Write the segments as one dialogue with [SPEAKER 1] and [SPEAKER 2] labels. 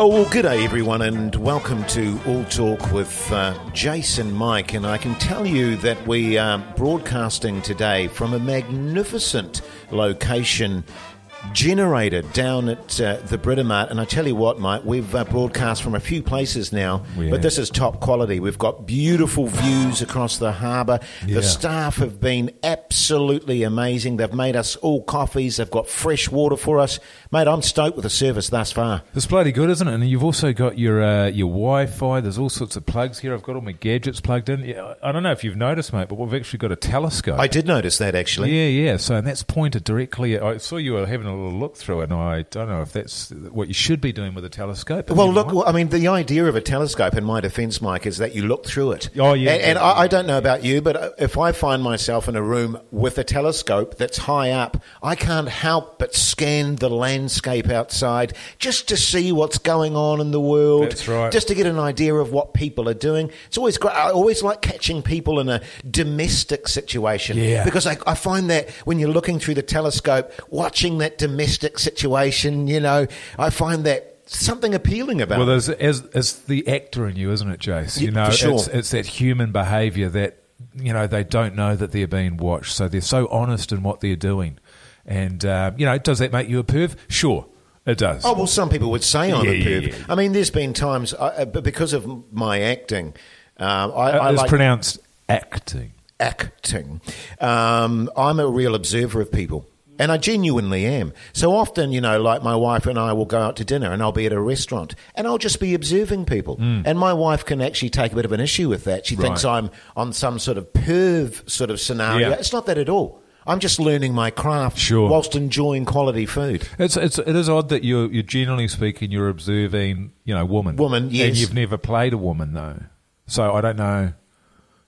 [SPEAKER 1] Oh, well, good day, everyone, and welcome to All Talk with uh, Jason Mike. And I can tell you that we are broadcasting today from a magnificent location generator down at uh, the Britomart. And I tell you what, Mike, we've uh, broadcast from a few places now, but this is top quality. We've got beautiful views across the harbour. The staff have been absolutely amazing. They've made us all coffees, they've got fresh water for us. Mate, I'm stoked with the service thus far.
[SPEAKER 2] It's bloody good, isn't it? And you've also got your uh, your Wi-Fi. There's all sorts of plugs here. I've got all my gadgets plugged in. Yeah, I I don't know if you've noticed, mate, but we've actually got a telescope.
[SPEAKER 1] I did notice that actually.
[SPEAKER 2] yeah, yeah. So and that's pointed directly. At, I saw you were having a little look through it, and I don't know if that's what you should be doing with a telescope. but
[SPEAKER 1] Well,
[SPEAKER 2] never
[SPEAKER 1] look,
[SPEAKER 2] mind.
[SPEAKER 1] well, I mean, the idea of a telescope, in my defence, Mike, is that you look through it.
[SPEAKER 2] Oh, yeah.
[SPEAKER 1] And, and I, I don't know about you, but uh, if I find myself in a room with a telescope that's high up, I can't help but scan the landscape outside just to see what's going on in the world.
[SPEAKER 2] That's right.
[SPEAKER 1] Just to get an idea of what people are doing. It's always great. I always like catching people in a domestic situation.
[SPEAKER 2] Yeah.
[SPEAKER 1] Because I, I find that when you're looking through the telescope, watching that domestic situation, you know, I find that. Something appealing about
[SPEAKER 2] Well,
[SPEAKER 1] it.
[SPEAKER 2] there's as it's the actor in you, isn't it, Jace?
[SPEAKER 1] Yeah,
[SPEAKER 2] You know,
[SPEAKER 1] for sure.
[SPEAKER 2] it's, it's that human behaviour that you know they don't know that they're being watched, so they're so honest in what they're doing. And um, you know, does that make you a perv? Sure, it does.
[SPEAKER 1] Oh well, some people would say I'm
[SPEAKER 2] Yeah,
[SPEAKER 1] a
[SPEAKER 2] yeah,
[SPEAKER 1] perv.
[SPEAKER 2] yeah, yeah.
[SPEAKER 1] I mean, there's been times, I, uh, but because of my acting, um, I,
[SPEAKER 2] Uh,
[SPEAKER 1] I
[SPEAKER 2] it's
[SPEAKER 1] like
[SPEAKER 2] pronounced acting.
[SPEAKER 1] acting. Um, I'm a real observer of people. And I genuinely am. So often, you know, like my wife and I will go out to dinner and I'll be at a restaurant and I'll just be observing people. And my wife can actually take a bit of an issue with that. She thinks
[SPEAKER 2] Mm. Right.
[SPEAKER 1] I'm on some sort of perv sort of scenario.
[SPEAKER 2] Yeah.
[SPEAKER 1] It's not that at all. I'm just learning my craft
[SPEAKER 2] Sure.
[SPEAKER 1] whilst enjoying quality food.
[SPEAKER 2] It's, it's it is odd that you're you're generally speaking you're observing you know woman
[SPEAKER 1] Woman, yes.
[SPEAKER 2] and you've never played a woman though so I don't know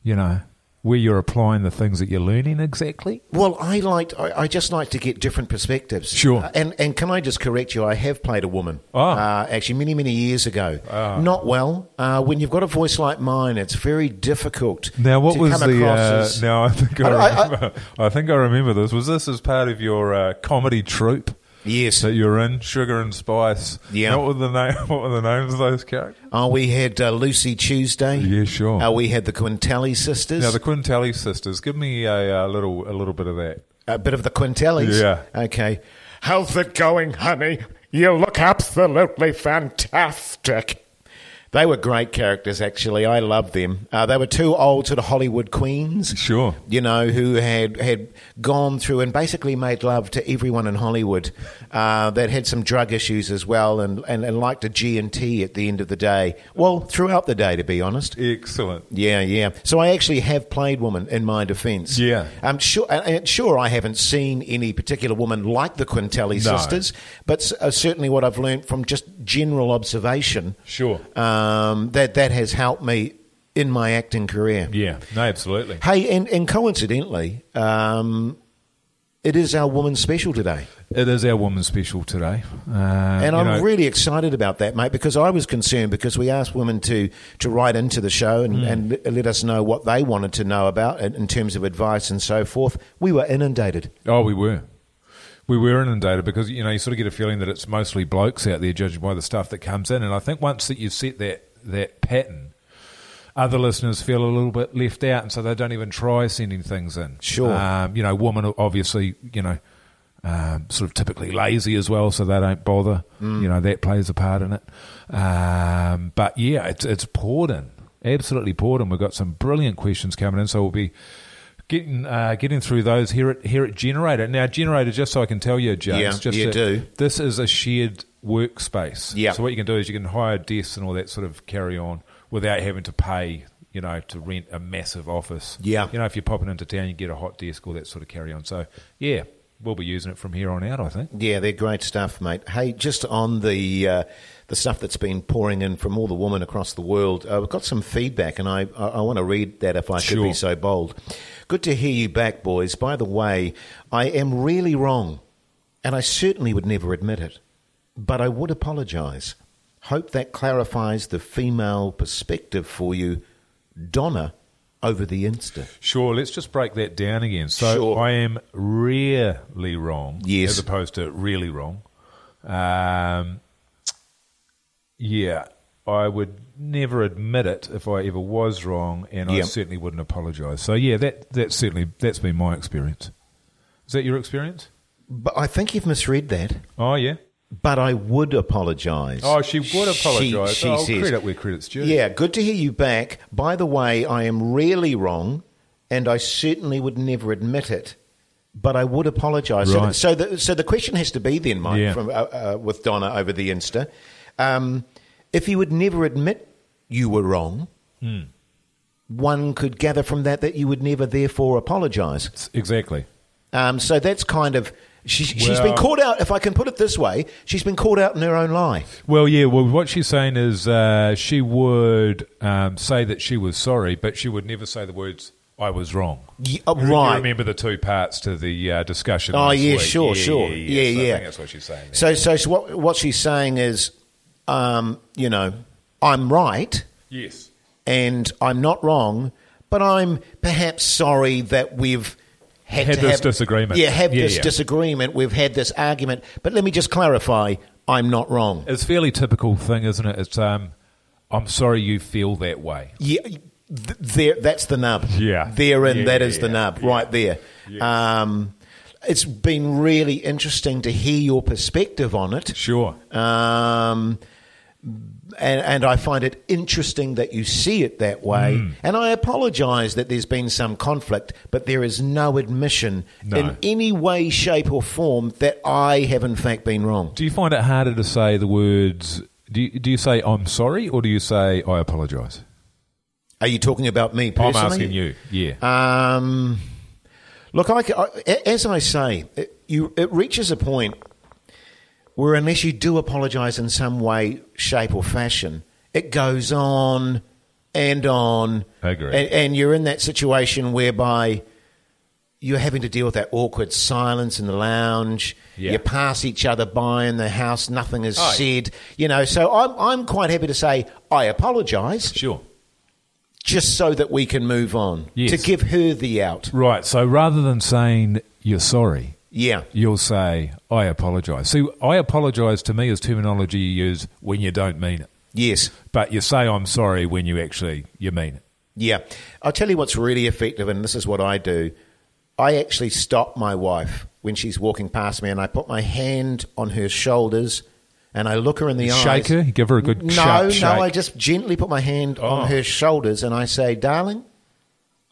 [SPEAKER 2] you know where you're applying the things that you're learning exactly
[SPEAKER 1] Well, I like I, I just like to get different perspectives.
[SPEAKER 2] Sure.
[SPEAKER 1] Uh, and and can I just correct you? I have played a woman.
[SPEAKER 2] Ah.
[SPEAKER 1] Uh, actually, many many years ago. Not well. Uh, when you've got a voice like mine, it's very difficult.
[SPEAKER 2] now what
[SPEAKER 1] to
[SPEAKER 2] was
[SPEAKER 1] come
[SPEAKER 2] the
[SPEAKER 1] across
[SPEAKER 2] uh,
[SPEAKER 1] as-
[SPEAKER 2] now I think I,
[SPEAKER 1] I- I-
[SPEAKER 2] remember I, think I remember this was this as part of your uh, comedy troupe
[SPEAKER 1] Yes.
[SPEAKER 2] that you're in Sugar and Spice
[SPEAKER 1] Yeah.
[SPEAKER 2] Now, what were the name what were the names of those characters
[SPEAKER 1] Oh, we had uh, Lucy Tuesday.
[SPEAKER 2] Yeah, sure.
[SPEAKER 1] Uh, we had the Quintelli sisters.
[SPEAKER 2] now the Quintelli sisters give me a, uh little a little bit of that
[SPEAKER 1] a bit of the Quintellis.
[SPEAKER 2] Yeah.
[SPEAKER 1] Okay. How's it going, honey? You look absolutely fantastic. They were great characters, actually. I loved them. Uh, they were two old sort of Hollywood queens.
[SPEAKER 2] Sure.
[SPEAKER 1] You know, who had, had gone through and basically made love to everyone in Hollywood uh, that had some drug issues as well and, and, and liked a G&T at the end of the day. Well, throughout the day, to be honest.
[SPEAKER 2] excellent
[SPEAKER 1] Yeah, yeah. So I actually have played woman in my defence.
[SPEAKER 2] Yeah.
[SPEAKER 1] I'm sure. and- and sure, I haven't seen any particular woman like the Quintelli
[SPEAKER 2] No.
[SPEAKER 1] sisters, but s- uh, certainly what I've learned from just general observation,
[SPEAKER 2] Sure.
[SPEAKER 1] um, that that has helped me in my acting career.
[SPEAKER 2] yeah no absolutely
[SPEAKER 1] Hey, and, and coincidentally, um, it is our woman's special today.
[SPEAKER 2] It is our woman's special today, uh,
[SPEAKER 1] And
[SPEAKER 2] you
[SPEAKER 1] I'm
[SPEAKER 2] know,
[SPEAKER 1] really excited about that, mate, because I was concerned because we asked women to, to write into the show and,
[SPEAKER 2] Hmm.
[SPEAKER 1] and le- let us know what they wanted to know about in, in terms of advice and so forth. We were inundated.
[SPEAKER 2] Oh, we were, we were inundated because you know you sort of get a feeling that it's mostly blokes out there judging by the stuff that comes in, and I think once that you've set that that pattern, other listeners feel a little bit left out, and so they don't even try sending things in.
[SPEAKER 1] Sure.
[SPEAKER 2] um, you know, women are obviously, you know. Um, sort of typically lazy as well, so they don't bother.
[SPEAKER 1] Mm.
[SPEAKER 2] You know that plays a part in it. Um, but yeah, it's it's poured in, absolutely poured in. We've got some brilliant questions coming in, so we'll be getting uh, getting through those here at here at Generator. Now, Generator, just so I can tell you, James,
[SPEAKER 1] Yeah,
[SPEAKER 2] just
[SPEAKER 1] you
[SPEAKER 2] that
[SPEAKER 1] do.
[SPEAKER 2] This is a shared workspace.
[SPEAKER 1] Yeah.
[SPEAKER 2] So what you can do is you can hire desks and all that sort of carry on without having to pay you know, to rent a massive office.
[SPEAKER 1] Yeah.
[SPEAKER 2] You know, if you're popping into town, you get a hot desk, all that sort of carry on. So, yeah, we'll be using it from here on out, I think.
[SPEAKER 1] Yeah, they're great stuff, mate. Hey, just on the uh, the stuff that's been pouring in from all the women across the world, uh, I've got some feedback, and I I, I want to read that if I could be
[SPEAKER 2] Sure.
[SPEAKER 1] so bold. Good to hear you back, boys. By the way, I am really wrong, and I certainly would never admit it, but I would apologise. Hope that clarifies the female perspective for you, Donna, over the Insta.
[SPEAKER 2] Sure, let's just break that down again. So
[SPEAKER 1] Sure.
[SPEAKER 2] I am rarely wrong,
[SPEAKER 1] Yes.
[SPEAKER 2] as opposed to really wrong. Um, yeah, I would never admit it if I ever was wrong, and
[SPEAKER 1] Yep.
[SPEAKER 2] I certainly wouldn't apologise. So yeah, that that's certainly that's been my experience. Is that your experience?
[SPEAKER 1] But I think you've misread that.
[SPEAKER 2] Oh yeah.
[SPEAKER 1] But I would apologise.
[SPEAKER 2] Oh, she would apologise.
[SPEAKER 1] She, she
[SPEAKER 2] oh,
[SPEAKER 1] says,
[SPEAKER 2] credit where credit's due.
[SPEAKER 1] Yeah, good to hear you back. By the way, I am really wrong, and I certainly would never admit it. But I would apologise.
[SPEAKER 2] Right.
[SPEAKER 1] So, the, so the so the question has to be then, Mike,
[SPEAKER 2] Yeah.
[SPEAKER 1] from, uh, uh, with Donna over the Insta, um, if you would never admit you were wrong,
[SPEAKER 2] Hmm.
[SPEAKER 1] one could gather from that that you would never therefore apologise.
[SPEAKER 2] exactly.
[SPEAKER 1] Um, so that's kind of she, she's been
[SPEAKER 2] Well-
[SPEAKER 1] caught out. If I can put it this way, she's been caught out in her own lie.
[SPEAKER 2] Well, yeah. Well, what she's saying is uh, she would um, say that she was sorry, but she would never say the words "I was wrong."
[SPEAKER 1] Ye- oh,
[SPEAKER 2] You- you
[SPEAKER 1] right.
[SPEAKER 2] remember the two parts to the uh, discussion?
[SPEAKER 1] Oh
[SPEAKER 2] last
[SPEAKER 1] yeah,
[SPEAKER 2] week.
[SPEAKER 1] sure, sure, yeah,
[SPEAKER 2] yeah.
[SPEAKER 1] yeah.
[SPEAKER 2] So I think that's what she's saying. there.
[SPEAKER 1] So, so, so what, what she's saying is, um, you know, I'm right
[SPEAKER 2] yes.
[SPEAKER 1] and I'm not wrong, but I'm perhaps sorry that we've had,
[SPEAKER 2] Had
[SPEAKER 1] to
[SPEAKER 2] this
[SPEAKER 1] have,
[SPEAKER 2] disagreement.
[SPEAKER 1] Yeah, have
[SPEAKER 2] Yeah,
[SPEAKER 1] this
[SPEAKER 2] yeah.
[SPEAKER 1] disagreement. We've had this argument, but let me just clarify: I'm not wrong.
[SPEAKER 2] It's a fairly typical thing, isn't it? It's um, I'm sorry you feel that way.
[SPEAKER 1] Yeah, th- there. That's the nub.
[SPEAKER 2] Yeah.
[SPEAKER 1] therein
[SPEAKER 2] Yeah,
[SPEAKER 1] that
[SPEAKER 2] yeah,
[SPEAKER 1] is the
[SPEAKER 2] yeah,
[SPEAKER 1] nub
[SPEAKER 2] yeah.
[SPEAKER 1] right there. Um, it's been really interesting to hear your perspective on it.
[SPEAKER 2] Sure.
[SPEAKER 1] Um, and, and I find it interesting that you see it that way.
[SPEAKER 2] Hmm.
[SPEAKER 1] And I apologise that there's been some conflict, but there is no admission
[SPEAKER 2] No.
[SPEAKER 1] in any way, shape, or form that I have in fact been wrong.
[SPEAKER 2] Do you find it harder to say the words? Do you, do you say I'm sorry or do you say I apologise?
[SPEAKER 1] Are you talking about me
[SPEAKER 2] I'm
[SPEAKER 1] personally?
[SPEAKER 2] asking you. Yeah.
[SPEAKER 1] Um, look, I, ca- I- as I say, it, you, it reaches a point where unless you do apologise in some way, shape, or fashion, it goes on and on.
[SPEAKER 2] Agree.
[SPEAKER 1] And, and you're in that situation whereby you're having to deal with that awkward silence in the lounge.
[SPEAKER 2] Yeah.
[SPEAKER 1] You pass each other by in the house, nothing is
[SPEAKER 2] Oh.
[SPEAKER 1] said. You know, so I'm, I'm quite happy to say I apologise
[SPEAKER 2] sure.
[SPEAKER 1] just so that we can move on.
[SPEAKER 2] Yes.
[SPEAKER 1] To give her the out.
[SPEAKER 2] Right. So rather than saying you're sorry,
[SPEAKER 1] Yeah.
[SPEAKER 2] you'll say, I apologise. See, I apologise to me is terminology you use when you don't mean it.
[SPEAKER 1] Yes.
[SPEAKER 2] But you say, I'm sorry when you actually, you mean it.
[SPEAKER 1] Yeah. I'll tell you what's really effective, and this is what I do. I actually stop my wife when she's walking past me, and I put my hand on her shoulders, and I look her in the
[SPEAKER 2] You
[SPEAKER 1] eyes.
[SPEAKER 2] shake her? You give her a good
[SPEAKER 1] no,
[SPEAKER 2] sharp
[SPEAKER 1] no.
[SPEAKER 2] shake?
[SPEAKER 1] I just gently put my hand
[SPEAKER 2] Oh.
[SPEAKER 1] on her shoulders, and I say, "Darling,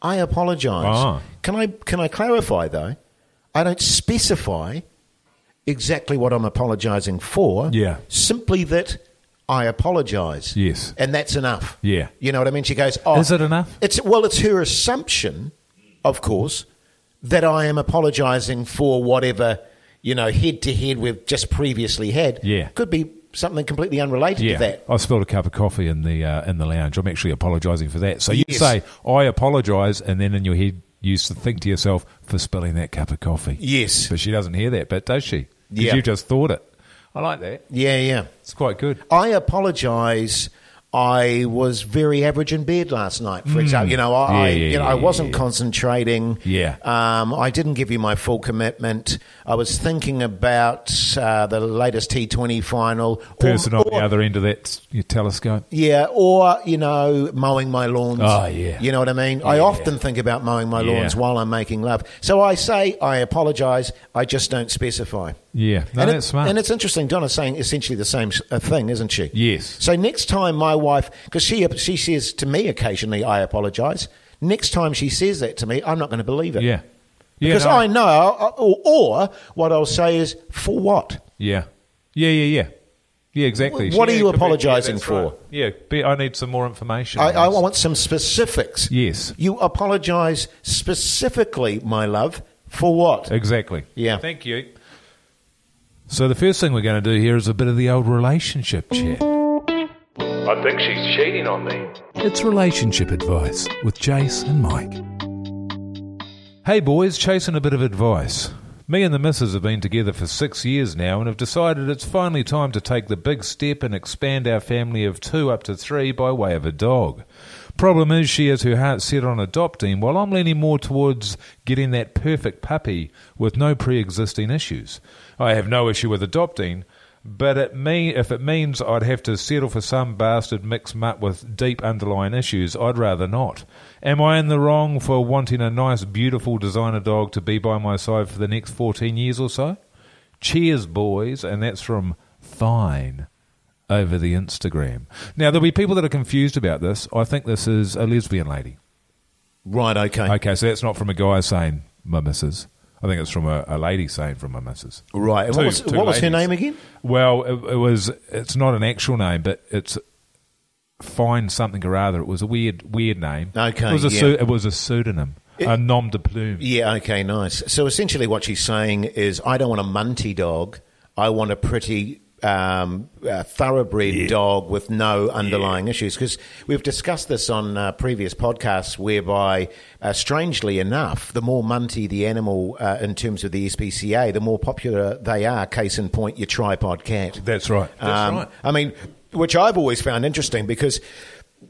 [SPEAKER 1] I apologise.
[SPEAKER 2] Ah.
[SPEAKER 1] Can I can I clarify though? I don't specify exactly what I'm apologising for.
[SPEAKER 2] Yeah.
[SPEAKER 1] Simply that." I apologise.
[SPEAKER 2] Yes.
[SPEAKER 1] and that's enough.
[SPEAKER 2] Yeah.
[SPEAKER 1] you know what I mean. She goes, "Oh,
[SPEAKER 2] Is it enough?
[SPEAKER 1] it's well, it's her assumption, of course, that I am apologising for whatever you know head to head we've just previously had.
[SPEAKER 2] Yeah.
[SPEAKER 1] could be something completely unrelated
[SPEAKER 2] Yeah,
[SPEAKER 1] to that.
[SPEAKER 2] I spilled a cup of coffee in the uh, in the lounge. I'm actually apologising for that. So you
[SPEAKER 1] Yes.
[SPEAKER 2] say I apologise, and then in your head you s- think to yourself for spilling that cup of coffee.
[SPEAKER 1] Yes.
[SPEAKER 2] but she doesn't hear that, but does she? 'Cause
[SPEAKER 1] Yeah.
[SPEAKER 2] you've just thought it. I like that.
[SPEAKER 1] Yeah, yeah.
[SPEAKER 2] It's quite good.
[SPEAKER 1] I apologise. I was very average in bed last night, for example. You know, I, I
[SPEAKER 2] Hmm. Yeah, yeah,
[SPEAKER 1] you know, I
[SPEAKER 2] yeah,
[SPEAKER 1] wasn't
[SPEAKER 2] yeah.
[SPEAKER 1] concentrating.
[SPEAKER 2] Yeah.
[SPEAKER 1] Um, I didn't give you my full commitment. I was thinking about uh, the latest T20 final. Or-
[SPEAKER 2] Person on the
[SPEAKER 1] or-
[SPEAKER 2] other end of that s- your telescope.
[SPEAKER 1] Yeah, or you know, mowing my lawns.
[SPEAKER 2] Oh, yeah.
[SPEAKER 1] You know what I mean? I often think about mowing my
[SPEAKER 2] Yeah.
[SPEAKER 1] lawns while I'm making love. So I say I apologise. I just don't specify.
[SPEAKER 2] Yeah, no,
[SPEAKER 1] and it-
[SPEAKER 2] that's smart.
[SPEAKER 1] And it's interesting. Donna's saying essentially the same s- uh, thing, isn't she?
[SPEAKER 2] Yes.
[SPEAKER 1] So next time my wife, because she she says to me occasionally, I apologise. Next time she says that to me, I'm not going to believe it.
[SPEAKER 2] yeah, yeah,
[SPEAKER 1] Because
[SPEAKER 2] no.
[SPEAKER 1] I know, or, or what I'll say is, for what?
[SPEAKER 2] Yeah. Yeah, yeah, yeah. Yeah, exactly.
[SPEAKER 1] What are
[SPEAKER 2] Yeah,
[SPEAKER 1] you
[SPEAKER 2] could be- yeah,
[SPEAKER 1] apologising
[SPEAKER 2] that's
[SPEAKER 1] for?
[SPEAKER 2] right. Yeah, be, I need some more information.
[SPEAKER 1] I,
[SPEAKER 2] on
[SPEAKER 1] I
[SPEAKER 2] this.
[SPEAKER 1] want some specifics.
[SPEAKER 2] Yes.
[SPEAKER 1] You apologise specifically, my love, for what?
[SPEAKER 2] Exactly.
[SPEAKER 1] Yeah.
[SPEAKER 2] Thank you. So the first thing we're going to do here is a bit of the old relationship chat.
[SPEAKER 3] I think she's cheating on me.
[SPEAKER 2] It's relationship advice with Jace and Mike. Hey boys, chasing a bit of advice. Me and the missus have been together for six years now and have decided it's finally time to take the big step and expand our family of two up to three by way of a dog. Problem is, she has her heart set on adopting, while I'm leaning more towards getting that perfect puppy with no pre existing issues. I have no issue with adopting, but it mean, if it means I'd have to settle for some bastard mixed mutt with deep underlying issues, I'd rather not. Am I in the wrong for wanting a nice, beautiful designer dog to be by my side for the next 14 years or so? Cheers, boys, and that's from Fine over the Instagram. Now, there'll be people that are confused about this. I think this is a lesbian lady.
[SPEAKER 1] Right, okay.
[SPEAKER 2] Okay, so that's not from a guy saying, my missus. I think it's from a, a lady saying, from my missus.
[SPEAKER 1] Right. And what
[SPEAKER 2] Two-
[SPEAKER 1] was,
[SPEAKER 2] two
[SPEAKER 1] what was her
[SPEAKER 2] ladies.
[SPEAKER 1] name again?
[SPEAKER 2] Well, it, it was. It's not an actual name, but it's find something or other. It was a weird, weird name.
[SPEAKER 1] Okay,
[SPEAKER 2] it was a
[SPEAKER 1] yeah.
[SPEAKER 2] pseu- it was a pseudonym, a nom de plume.
[SPEAKER 1] Yeah, okay, nice. So essentially, what she's saying is, I don't want a munty dog. I want a pretty um, uh, thoroughbred dog with no underlying issues. Because we've discussed this on uh, previous podcasts, whereby, uh, strangely enough, the more munty the animal uh, in terms of the SPCA, the more popular they are. Case in point, your tripod cat.
[SPEAKER 2] That's right. That's
[SPEAKER 1] Um,
[SPEAKER 2] right.
[SPEAKER 1] I mean, which I've always found interesting because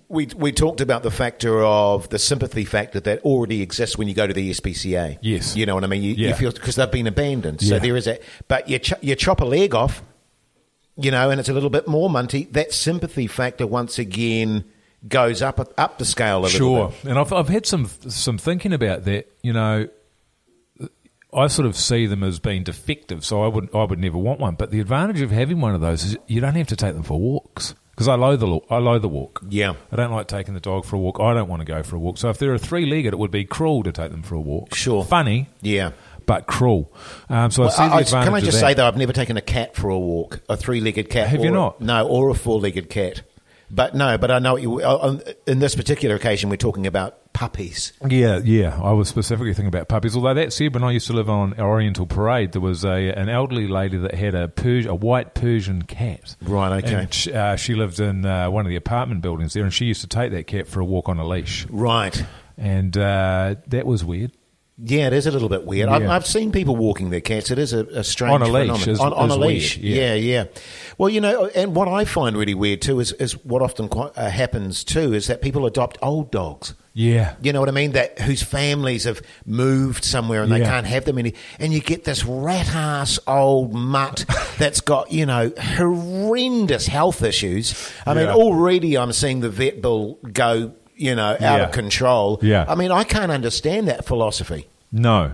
[SPEAKER 1] we we talked about the factor of the sympathy factor that already exists when you go to the SPCA.
[SPEAKER 2] Yes.
[SPEAKER 1] you know what I mean. You, you
[SPEAKER 2] Yeah.
[SPEAKER 1] feel because they've been abandoned, so
[SPEAKER 2] Yeah.
[SPEAKER 1] there is a. But you ch- you chop a leg off, you know, and it's a little bit more munty. That sympathy factor once again goes up up the scale a little
[SPEAKER 2] Sure.
[SPEAKER 1] bit.
[SPEAKER 2] And I've I've had some some thinking about that. You know, I sort of see them as being defective, so I would I would never want one. But the advantage of having one of those is you don't have to take them for walks because I loathe the lo- I loathe the walk.
[SPEAKER 1] Yeah.
[SPEAKER 2] I don't like taking the dog for a walk. I don't want to go for a walk. So if they're a three legged, it would be cruel to take them for a walk.
[SPEAKER 1] Sure.
[SPEAKER 2] funny,
[SPEAKER 1] Yeah.
[SPEAKER 2] but cruel. Um, so I
[SPEAKER 1] Well,
[SPEAKER 2] see the
[SPEAKER 1] I- I-
[SPEAKER 2] advantage
[SPEAKER 1] can I
[SPEAKER 2] of
[SPEAKER 1] just
[SPEAKER 2] that.
[SPEAKER 1] say though, I've never taken a cat for a walk, a three-legged cat.
[SPEAKER 2] Have
[SPEAKER 1] or
[SPEAKER 2] you
[SPEAKER 1] a-
[SPEAKER 2] not?
[SPEAKER 1] no, or a four-legged cat. But no, but I know what you. on- In this particular occasion, we're talking about puppies.
[SPEAKER 2] Yeah, yeah. I was specifically thinking about puppies. Although that said, when I used to live on Oriental Parade, there was a an elderly lady that had a Pers- a white Persian cat.
[SPEAKER 1] Right, okay.
[SPEAKER 2] And sh- uh, she lived in uh, one of the apartment buildings there, and she used to take that cat for a walk on a leash,
[SPEAKER 1] Right.
[SPEAKER 2] and uh, that was weird.
[SPEAKER 1] Yeah, it is a little bit weird. I've,
[SPEAKER 2] Yeah.
[SPEAKER 1] I've seen people walking their cats. It is a, a strange
[SPEAKER 2] On a leash
[SPEAKER 1] phenomenon.
[SPEAKER 2] is-
[SPEAKER 1] on on
[SPEAKER 2] is
[SPEAKER 1] a leash.
[SPEAKER 2] weird,
[SPEAKER 1] Yeah.
[SPEAKER 2] yeah.
[SPEAKER 1] yeah, Well, you know, and what I find really weird too is, is what often quite, uh, happens too is that people adopt old dogs.
[SPEAKER 2] Yeah,
[SPEAKER 1] You know what I mean? That whose families have moved somewhere and they
[SPEAKER 2] Yeah.
[SPEAKER 1] can't have them any. And you get this rat ass old mutt that's got you know horrendous health issues. I mean,
[SPEAKER 2] Yeah.
[SPEAKER 1] already I'm seeing the vet bill go you know out
[SPEAKER 2] Yeah.
[SPEAKER 1] of control.
[SPEAKER 2] Yeah.
[SPEAKER 1] I mean, I can't understand that philosophy.
[SPEAKER 2] no,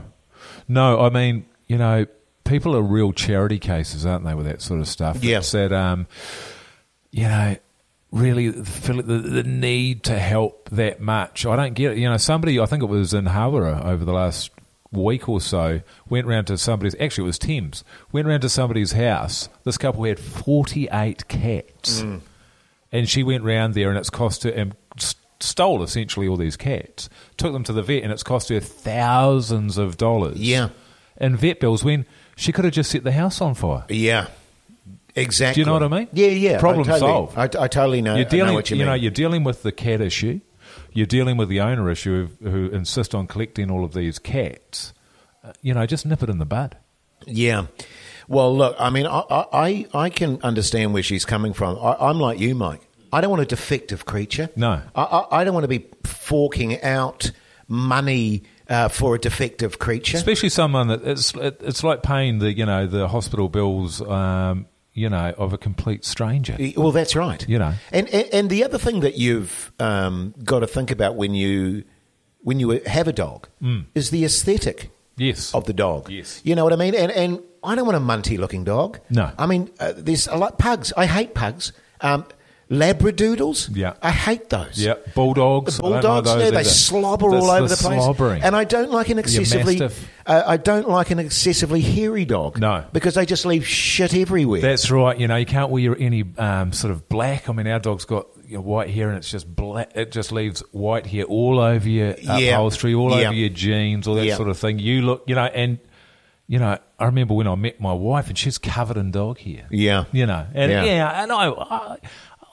[SPEAKER 2] no. I mean, you know, people are real charity cases, aren't they, with that sort of stuff?
[SPEAKER 1] Yeah.
[SPEAKER 2] It's that um, you know, really feel the, the need to help that much. I don't get it. You know, somebody, I think it was in Hawera over the last week or so, went round to somebody's, actually it was Tim's, went round to somebody's house. This couple had 48 cats. And she went round there and it's cost her, and s- stole essentially all these cats, took them to the vet and it's cost her thousands of dollars.
[SPEAKER 1] Yeah.
[SPEAKER 2] In vet bills when she could have just set the house on fire.
[SPEAKER 1] Yeah, exactly.
[SPEAKER 2] Do you know what I mean?
[SPEAKER 1] Yeah, yeah.
[SPEAKER 2] Problem
[SPEAKER 1] I totally,
[SPEAKER 2] solved.
[SPEAKER 1] I, I totally know.
[SPEAKER 2] you're dealing,
[SPEAKER 1] I know what you, mean.
[SPEAKER 2] know, you're dealing with the cat issue. You're dealing with the owner issue who, who insist on collecting all of these cats. Uh, You know, just nip it in the bud.
[SPEAKER 1] Yeah. Well, look, I mean, I, I, I can understand where she's coming from. I, I'm like you, Mike. I don't want a defective creature.
[SPEAKER 2] No.
[SPEAKER 1] I, I, I don't want to be forking out money uh, for a defective creature.
[SPEAKER 2] Especially someone that it's it, it's like paying the you know the hospital bills um, you know of a complete stranger.
[SPEAKER 1] Well, that's right.
[SPEAKER 2] You know.
[SPEAKER 1] and and, and the other thing that you've um, got to think about when you when you have a dog
[SPEAKER 2] Mm.
[SPEAKER 1] is the aesthetic.
[SPEAKER 2] Yes.
[SPEAKER 1] of the dog.
[SPEAKER 2] Yes.
[SPEAKER 1] you know what I mean. And and I don't want a munty looking dog.
[SPEAKER 2] No.
[SPEAKER 1] I mean uh, there's a lot pugs. I hate pugs. Um, Labradoodles?
[SPEAKER 2] Yeah.
[SPEAKER 1] I hate those.
[SPEAKER 2] Yeah, bulldogs.
[SPEAKER 1] The
[SPEAKER 2] I don't like
[SPEAKER 1] bulldogs, no,
[SPEAKER 2] those
[SPEAKER 1] they
[SPEAKER 2] either.
[SPEAKER 1] slobber
[SPEAKER 2] That's
[SPEAKER 1] all over the, place,
[SPEAKER 2] slobbering.
[SPEAKER 1] and I don't like an excessively.
[SPEAKER 2] mastiff.
[SPEAKER 1] Uh, I don't like an excessively hairy dog.
[SPEAKER 2] No.
[SPEAKER 1] because they just leave shit everywhere.
[SPEAKER 2] That's right. You know, you can't wear any um, sort of black. I mean, our dog's got you know, white hair, and it's just black. It just leaves white hair all over your
[SPEAKER 1] Yeah.
[SPEAKER 2] upholstery, all
[SPEAKER 1] Yeah.
[SPEAKER 2] over your jeans, all that
[SPEAKER 1] Yeah.
[SPEAKER 2] sort of thing. You look, you know, and you know, I remember when I met my wife, and she's covered in dog hair.
[SPEAKER 1] Yeah.
[SPEAKER 2] you know, and
[SPEAKER 1] Yeah.
[SPEAKER 2] yeah, and I, I,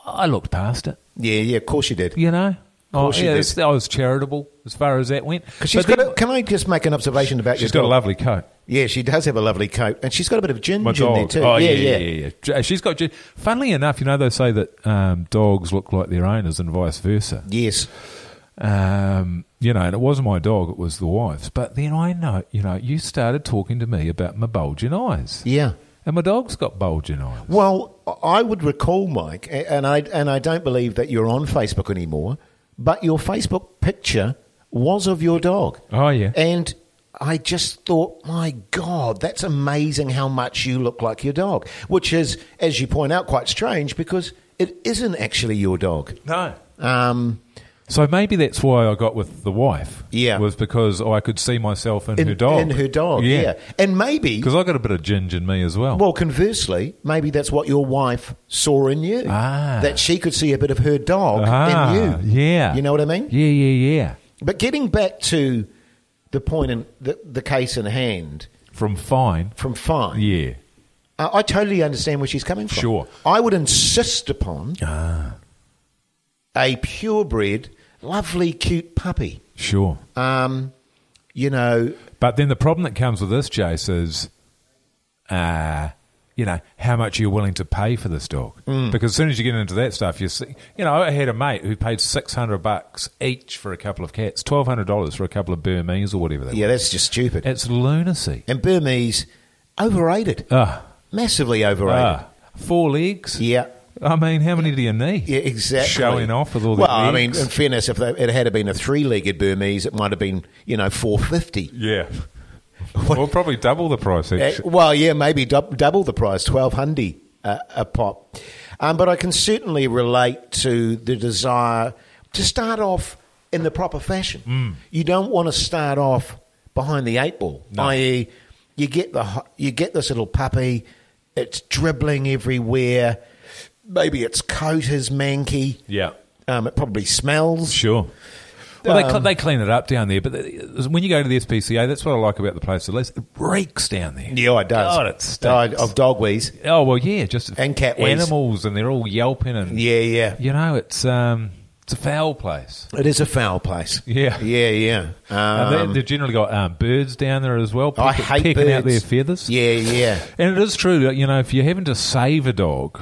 [SPEAKER 2] I looked past it.
[SPEAKER 1] yeah, yeah. Of course you did.
[SPEAKER 2] You know, oh,
[SPEAKER 1] course you
[SPEAKER 2] yeah,
[SPEAKER 1] did.
[SPEAKER 2] it's- I was charitable as far as that went.
[SPEAKER 1] Because she's
[SPEAKER 2] But
[SPEAKER 1] got.
[SPEAKER 2] then-
[SPEAKER 1] A, can I just make an observation about your
[SPEAKER 2] she's got a
[SPEAKER 1] dog?
[SPEAKER 2] lovely coat.
[SPEAKER 1] Yeah, she does have a lovely coat, and she's got a bit of ginger
[SPEAKER 2] My
[SPEAKER 1] in there
[SPEAKER 2] dog.
[SPEAKER 1] too.
[SPEAKER 2] Oh,
[SPEAKER 1] yeah,
[SPEAKER 2] yeah, yeah, yeah, yeah. She's got. gi- Funnily enough, you know they say that um, dogs look like their owners and vice versa.
[SPEAKER 1] Yes.
[SPEAKER 2] Um, you know, and it wasn't my dog; it was the wife's. But then I know, you know, you started talking to me about my bulging eyes,
[SPEAKER 1] Yeah.
[SPEAKER 2] and my dog's got bulging eyes.
[SPEAKER 1] Well, I would recall, Mike, a- and I and I don't believe that you're on Facebook anymore, but your Facebook picture was of your dog.
[SPEAKER 2] Oh, yeah.
[SPEAKER 1] And I just thought, my God, that's amazing how much you look like your dog. Which is, as you point out, quite strange because it isn't actually your dog.
[SPEAKER 2] No.
[SPEAKER 1] Um,
[SPEAKER 2] So maybe that's why I got with the wife.
[SPEAKER 1] Yeah.
[SPEAKER 2] was because I could see myself in,
[SPEAKER 1] in
[SPEAKER 2] her dog.
[SPEAKER 1] In her dog, yeah. And maybe,
[SPEAKER 2] Because I got a bit of ginger in me as well.
[SPEAKER 1] well, conversely, maybe that's what your wife saw in you.
[SPEAKER 2] Ah.
[SPEAKER 1] That she could see a bit of her dog
[SPEAKER 2] Ah,
[SPEAKER 1] in you.
[SPEAKER 2] yeah.
[SPEAKER 1] You know what I mean?
[SPEAKER 2] yeah, yeah, yeah.
[SPEAKER 1] But getting back to the point in the, the case in hand
[SPEAKER 2] From fine.
[SPEAKER 1] from Fine,
[SPEAKER 2] Yeah.
[SPEAKER 1] I, I totally understand where she's coming from.
[SPEAKER 2] Sure. Ah.
[SPEAKER 1] I would insist upon a purebred, lovely, cute puppy.
[SPEAKER 2] Sure.
[SPEAKER 1] Um, you know,
[SPEAKER 2] But then the problem that comes with this, Jace, is, uh, you know, how much you're willing to pay for this dog.
[SPEAKER 1] Mm.
[SPEAKER 2] Because as soon as you get into that stuff, you see, you know, I had a mate who paid six hundred bucks each for a couple of cats, twelve hundred dollars for a couple of Burmese or whatever they
[SPEAKER 1] yeah,
[SPEAKER 2] were.
[SPEAKER 1] that's just stupid.
[SPEAKER 2] It's lunacy.
[SPEAKER 1] And Burmese, overrated,
[SPEAKER 2] Ah,
[SPEAKER 1] massively overrated.
[SPEAKER 2] ah, four legs.
[SPEAKER 1] Yeah.
[SPEAKER 2] I mean, how many do you need?
[SPEAKER 1] Yeah, exactly.
[SPEAKER 2] Showing off with all the
[SPEAKER 1] Well, I mean,
[SPEAKER 2] legs.
[SPEAKER 1] in fairness, if they, it had been a three-legged Burmese, it might have been, you know, four fifty.
[SPEAKER 2] yeah. Well, probably double the price.
[SPEAKER 1] Uh,
[SPEAKER 2] Actually.
[SPEAKER 1] well, yeah, maybe dub- double the price, twelve hundred uh, a pop. Um, but I can certainly relate to the desire to start off in the proper fashion. You don't want to start off behind the eight ball, i.e., you get the ho- you get this little puppy, it's dribbling everywhere. Maybe its coat is manky.
[SPEAKER 2] yeah.
[SPEAKER 1] Um, it probably smells.
[SPEAKER 2] Sure. Well, they, cl- they clean it up down there, but the- when you go to the SPCA, that's what I like about the place at least. It reeks down there.
[SPEAKER 1] Yeah, it does.
[SPEAKER 2] God, it
[SPEAKER 1] Oh,
[SPEAKER 2] stinks.
[SPEAKER 1] of dog wheeze.
[SPEAKER 2] Oh well, yeah, just
[SPEAKER 1] And cat waste.
[SPEAKER 2] animals, and they're all yelping, and
[SPEAKER 1] Yeah, yeah.
[SPEAKER 2] you know, it's um, it's a foul place.
[SPEAKER 1] It is a foul place.
[SPEAKER 2] Yeah.
[SPEAKER 1] Yeah, yeah.
[SPEAKER 2] And
[SPEAKER 1] Um,
[SPEAKER 2] they, have generally got um, birds down there as well.
[SPEAKER 1] I
[SPEAKER 2] peck-
[SPEAKER 1] hate
[SPEAKER 2] pecking out their
[SPEAKER 1] birds.
[SPEAKER 2] feathers.
[SPEAKER 1] Yeah, yeah.
[SPEAKER 2] And it is true that, you know, if you're having to save a dog,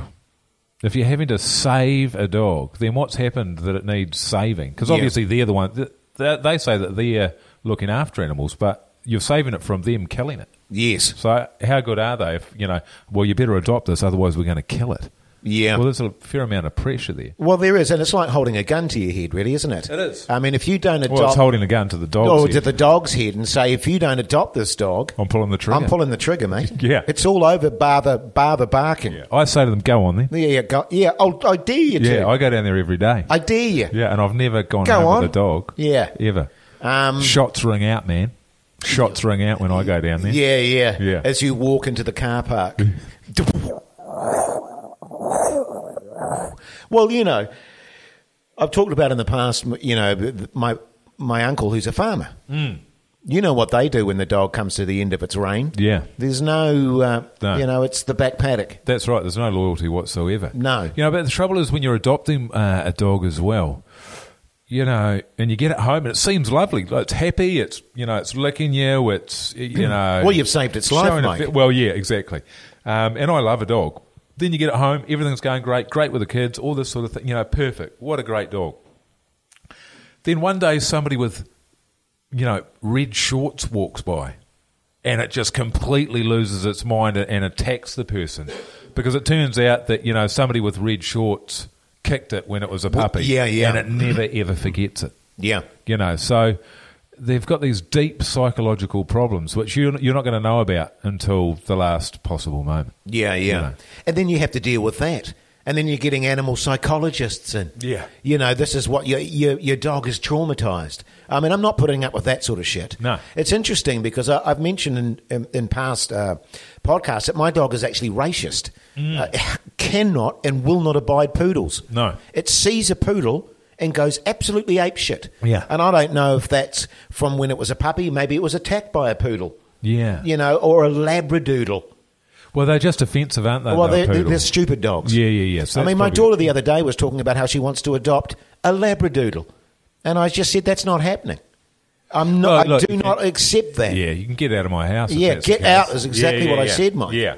[SPEAKER 2] if you're having to save a dog, then what's happened that it needs saving? Because
[SPEAKER 1] Yeah.
[SPEAKER 2] obviously they're the one, th- th- they say that they're looking after animals, but you're saving it from them killing it.
[SPEAKER 1] Yes.
[SPEAKER 2] So how good are they if, you know, well, you better adopt this, otherwise we're going to kill it?
[SPEAKER 1] Yeah.
[SPEAKER 2] Well,
[SPEAKER 1] Well,
[SPEAKER 2] there's a fair amount of pressure there.
[SPEAKER 1] there is, and it's like holding a gun to your head, really, isn't it?
[SPEAKER 2] It is.
[SPEAKER 1] I mean, if you don't adopt,
[SPEAKER 2] Well, it's holding a gun to the dog.
[SPEAKER 1] or Oh, to the dog's head, and say, if you don't adopt this dog,
[SPEAKER 2] I'm pulling the trigger.
[SPEAKER 1] I'm pulling the trigger, mate.
[SPEAKER 2] Yeah.
[SPEAKER 1] It's all over, bar the bar the barking.
[SPEAKER 2] Yeah. I say to them, go on then.
[SPEAKER 1] Yeah, yeah, go, yeah. I'll, I dare you
[SPEAKER 2] Yeah,
[SPEAKER 1] to.
[SPEAKER 2] I go down there every day.
[SPEAKER 1] I dare you.
[SPEAKER 2] yeah, and I've never gone
[SPEAKER 1] Go
[SPEAKER 2] home
[SPEAKER 1] on.
[SPEAKER 2] with a dog.
[SPEAKER 1] Yeah.
[SPEAKER 2] Ever.
[SPEAKER 1] Um,
[SPEAKER 2] Shots ring out, man. Shots ring out when I go down there.
[SPEAKER 1] yeah, yeah,
[SPEAKER 2] Yeah.
[SPEAKER 1] As you walk into the car park. well, you know, I've talked about in the past. m- You know, th- th- my my uncle who's a farmer.
[SPEAKER 2] Mm.
[SPEAKER 1] You know what they do when the dog comes to the end of its reign?
[SPEAKER 2] Yeah.
[SPEAKER 1] There's no, uh,
[SPEAKER 2] No.
[SPEAKER 1] you know, it's the back paddock.
[SPEAKER 2] That's right. There's no loyalty whatsoever.
[SPEAKER 1] No.
[SPEAKER 2] You know, but the trouble is when you're adopting uh, a dog as well, you know, and you get it home and it seems lovely. Like, It's happy. It's, you know, it's licking you. It's, you know.
[SPEAKER 1] Mm. Well, you've saved its life,
[SPEAKER 2] showing
[SPEAKER 1] mate.
[SPEAKER 2] affe- well, yeah, exactly. Um, and I love a dog. Then you get it home. Everything's going great. Great with the kids. All this sort of thing. You know, perfect. What a great dog. Then one day somebody with, you know, red shorts walks by and it just completely loses its mind and- and attacks the person because it turns out that, you know, somebody with red shorts kicked it when it was a puppy.
[SPEAKER 1] yeah, yeah.
[SPEAKER 2] And it never, ever forgets it.
[SPEAKER 1] Yeah.
[SPEAKER 2] You know, so they've got these deep psychological problems which you're, you're not going to know about until the last possible moment.
[SPEAKER 1] Yeah, yeah.
[SPEAKER 2] know.
[SPEAKER 1] And then you have to deal with that. And then you're getting animal psychologists in.
[SPEAKER 2] Yeah.
[SPEAKER 1] You know, this is what your, your, your dog is traumatized. I mean, I'm not putting up with that sort of shit.
[SPEAKER 2] No.
[SPEAKER 1] It's interesting because I, I've mentioned in, in, in past uh, podcasts that my dog is actually racist. Uh, cannot and will not abide poodles.
[SPEAKER 2] Mm. No.
[SPEAKER 1] It sees a poodle and goes absolutely apeshit.
[SPEAKER 2] Yeah.
[SPEAKER 1] And I don't know if that's from when it was a puppy. Maybe it was attacked by a poodle.
[SPEAKER 2] Yeah.
[SPEAKER 1] You know, or a labradoodle.
[SPEAKER 2] Well, they're just offensive, aren't they?
[SPEAKER 1] well,
[SPEAKER 2] though,
[SPEAKER 1] they're, they're,
[SPEAKER 2] poodles?
[SPEAKER 1] they're stupid dogs.
[SPEAKER 2] Yeah, yeah, yeah. So
[SPEAKER 1] I
[SPEAKER 2] that's
[SPEAKER 1] mean, my
[SPEAKER 2] probably-
[SPEAKER 1] daughter the other day was talking about how she wants to adopt a labradoodle, and I just said that's not happening. I'm not.
[SPEAKER 2] Well, look,
[SPEAKER 1] I do not accept that.
[SPEAKER 2] Yeah, you can get out of my house. if
[SPEAKER 1] Yeah,
[SPEAKER 2] that's the
[SPEAKER 1] get out
[SPEAKER 2] case.
[SPEAKER 1] is exactly what I said, Mike.
[SPEAKER 2] Yeah.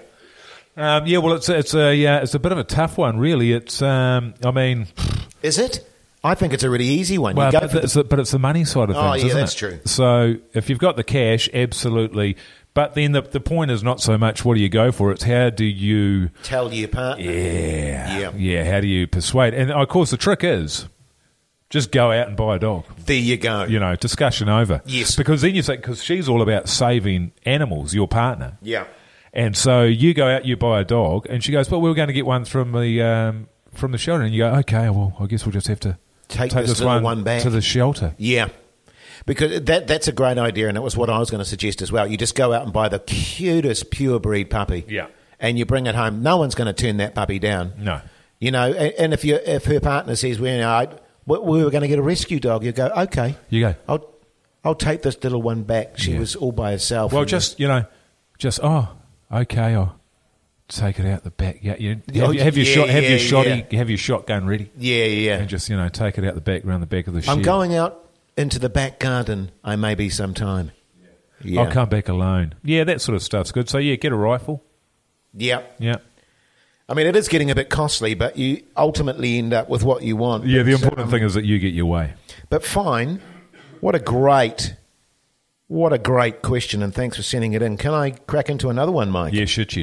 [SPEAKER 2] Um, yeah, well, it's it's a yeah, it's a bit of a tough one, really. It's um, I mean,
[SPEAKER 1] Is it? I think it's a really easy one.
[SPEAKER 2] well,
[SPEAKER 1] you go
[SPEAKER 2] but,
[SPEAKER 1] for
[SPEAKER 2] it's the, but it's the money side of things.
[SPEAKER 1] Oh, yeah,
[SPEAKER 2] isn't
[SPEAKER 1] that's
[SPEAKER 2] it?
[SPEAKER 1] true.
[SPEAKER 2] So if you've got the cash, absolutely. But then the the point is not so much what do you go for; it's how do you
[SPEAKER 1] the tell your partner.
[SPEAKER 2] yeah
[SPEAKER 1] Yeah.
[SPEAKER 2] yeah how do you persuade? And of course, the trick is just go out and buy a dog.
[SPEAKER 1] There you go.
[SPEAKER 2] you know, discussion over.
[SPEAKER 1] Yes.
[SPEAKER 2] Because then you say, because she's all about saving animals, your partner.
[SPEAKER 1] Yeah.
[SPEAKER 2] And so you go out, you buy a dog, and she goes, well, we were going to get one from the um, from the shelter. And you go, okay, well, I guess we'll just have to
[SPEAKER 1] Take this little one back."
[SPEAKER 2] to the shelter.
[SPEAKER 1] Yeah. Because that that's a great idea, and it was what I was going to suggest as well. You just go out and buy the cutest purebred puppy.
[SPEAKER 2] Yeah.
[SPEAKER 1] And you bring it home. No one's going to turn that puppy down.
[SPEAKER 2] No.
[SPEAKER 1] You know, and, and if you if her partner says we I we we were going to get a rescue dog, you go okay.
[SPEAKER 2] You go.
[SPEAKER 1] I'll I'll take this little one back. She
[SPEAKER 2] Yeah.
[SPEAKER 1] was all by herself.
[SPEAKER 2] Well,
[SPEAKER 1] and-
[SPEAKER 2] just, you know, just, oh, okay, I'll take it out the back. Yeah, you, have,
[SPEAKER 1] Oh,
[SPEAKER 2] you- have your,
[SPEAKER 1] yeah,
[SPEAKER 2] shot, have,
[SPEAKER 1] yeah,
[SPEAKER 2] your shotty, have your shotgun ready.
[SPEAKER 1] yeah, yeah.
[SPEAKER 2] And just, you know, take it out the back, around the back of the shed.
[SPEAKER 1] I'm going out into the back garden. I may be sometime. Yeah.
[SPEAKER 2] I'll come back alone. Yeah, that sort of stuff's good. So, yeah, get a rifle.
[SPEAKER 1] Yeah.
[SPEAKER 2] Yeah.
[SPEAKER 1] I mean, it is getting a bit costly, but you ultimately end up with what you want.
[SPEAKER 2] Yeah, the
[SPEAKER 1] But,
[SPEAKER 2] important
[SPEAKER 1] um,
[SPEAKER 2] thing is that you get your way.
[SPEAKER 1] But fine. What a great, what a great question, and thanks for sending it in. Can I crack into another one, Mike?
[SPEAKER 2] Yeah, shit, you.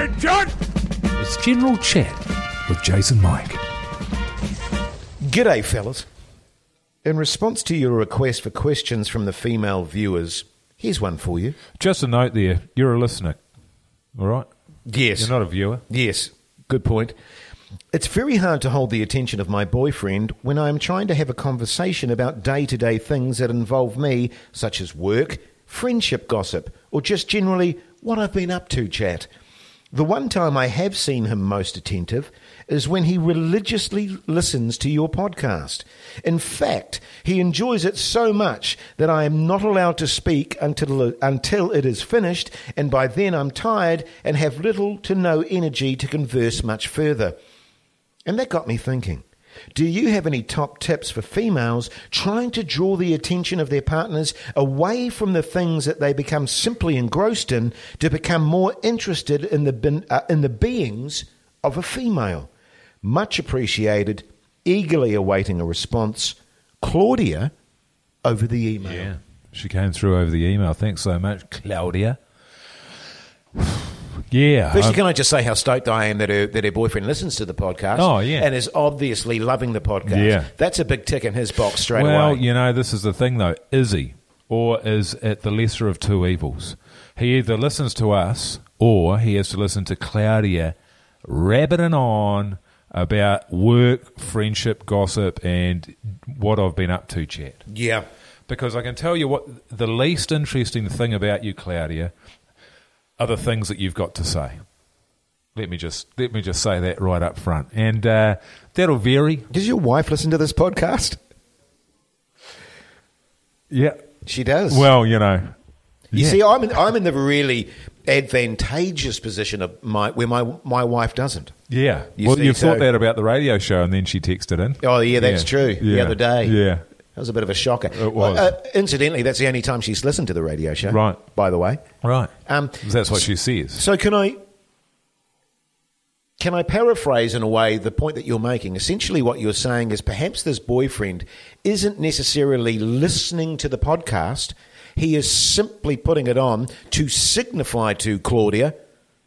[SPEAKER 2] It's general chat with Jason Mike.
[SPEAKER 1] G'day, fellas. In response to your request for questions from the female viewers, here's one for you.
[SPEAKER 2] Just a note there. You're a listener, all right?
[SPEAKER 1] Yes.
[SPEAKER 2] You're not a viewer.
[SPEAKER 1] Yes, good point. It's very hard to hold the attention of my boyfriend when I am trying to have a conversation about day to day things that involve me, such as work, friendship gossip, or just generally what I've been up to chat. The one time I have seen him most attentive is when he religiously listens to your podcast. In fact, he enjoys it so much that I am not allowed to speak until, until it is finished, and by then I'm tired and have little to no energy to converse much further. And that got me thinking. Do you have any top tips for females trying to draw the attention of their partners away from the things that they become simply engrossed in to become more interested in the, ben- uh, in the beings of a female? Much appreciated, eagerly awaiting a response. Claudia over the email.
[SPEAKER 2] Yeah. She came through over the email. Thanks so much, Claudia. yeah.
[SPEAKER 1] Firstly,
[SPEAKER 2] um,
[SPEAKER 1] can I just say how stoked I am that her, that her boyfriend listens to the podcast
[SPEAKER 2] Oh, yeah.
[SPEAKER 1] and is obviously loving the podcast?
[SPEAKER 2] Yeah.
[SPEAKER 1] That's a big tick in his box straight
[SPEAKER 2] well,
[SPEAKER 1] away.
[SPEAKER 2] you know, this is the thing, though. Is he? Or is it the lesser of two evils? He either listens to us or he has to listen to Claudia rabbiting on about work, friendship, gossip, and what I've been up to chat.
[SPEAKER 1] Yeah.
[SPEAKER 2] Because I can tell you what the least interesting thing about you, Claudia, are the things that you've got to say. Let me just let me just say that right up front, and uh, that'll vary.
[SPEAKER 1] Does your wife listen to this podcast?
[SPEAKER 2] Yeah.
[SPEAKER 1] She does.
[SPEAKER 2] Well, you know,
[SPEAKER 1] you
[SPEAKER 2] yeah.
[SPEAKER 1] see, I'm in, I'm in the really advantageous position of my where my my wife doesn't.
[SPEAKER 2] Yeah.
[SPEAKER 1] You
[SPEAKER 2] well,
[SPEAKER 1] see,
[SPEAKER 2] you've
[SPEAKER 1] so-
[SPEAKER 2] thought that about the radio show, and then she texted in.
[SPEAKER 1] Oh yeah, that's true. The other day,
[SPEAKER 2] Yeah.
[SPEAKER 1] That was a bit of a shocker.
[SPEAKER 2] It was.
[SPEAKER 1] Uh, incidentally, that's the only time she's listened to the radio show.
[SPEAKER 2] Right.
[SPEAKER 1] By the way.
[SPEAKER 2] Right.
[SPEAKER 1] Um,
[SPEAKER 2] That's what she says.
[SPEAKER 1] So can I can I paraphrase in a way the point that you're making? Essentially, what you're saying is perhaps this boyfriend isn't necessarily listening to the podcast. He is simply putting it on to signify to Claudia,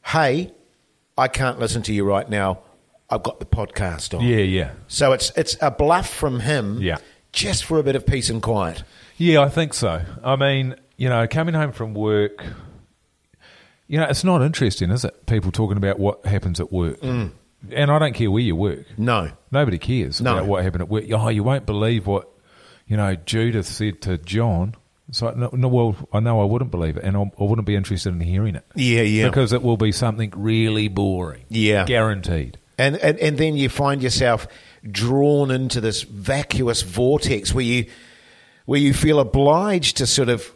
[SPEAKER 1] "Hey, I can't listen to you right now. I've got the podcast on."
[SPEAKER 2] Yeah, yeah.
[SPEAKER 1] So it's it's a bluff from him.
[SPEAKER 2] Yeah.
[SPEAKER 1] Just for a bit of peace and quiet.
[SPEAKER 2] Yeah, I think so. I mean, you know, coming home from work, you know, it's not interesting, is it? People talking about what happens at work.
[SPEAKER 1] Mm.
[SPEAKER 2] And I don't care where you work.
[SPEAKER 1] No.
[SPEAKER 2] Nobody cares
[SPEAKER 1] No.
[SPEAKER 2] about what happened at work. Oh, you won't believe what, you know, Judith said to John. It's like, no, no well, I know I wouldn't believe it, and I, I wouldn't be interested in hearing it.
[SPEAKER 1] Yeah, yeah.
[SPEAKER 2] Because it will be something really boring.
[SPEAKER 1] Yeah.
[SPEAKER 2] Guaranteed.
[SPEAKER 1] And, and and then you find yourself drawn into this vacuous vortex where you where you feel obliged to sort of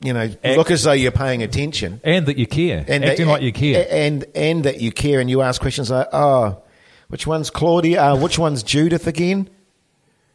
[SPEAKER 1] you know look as though you're paying attention
[SPEAKER 2] And that you care. Acting
[SPEAKER 1] that-
[SPEAKER 2] like you care.
[SPEAKER 1] and and that you care and you ask questions like oh which one's Claudia uh, which one's Judith again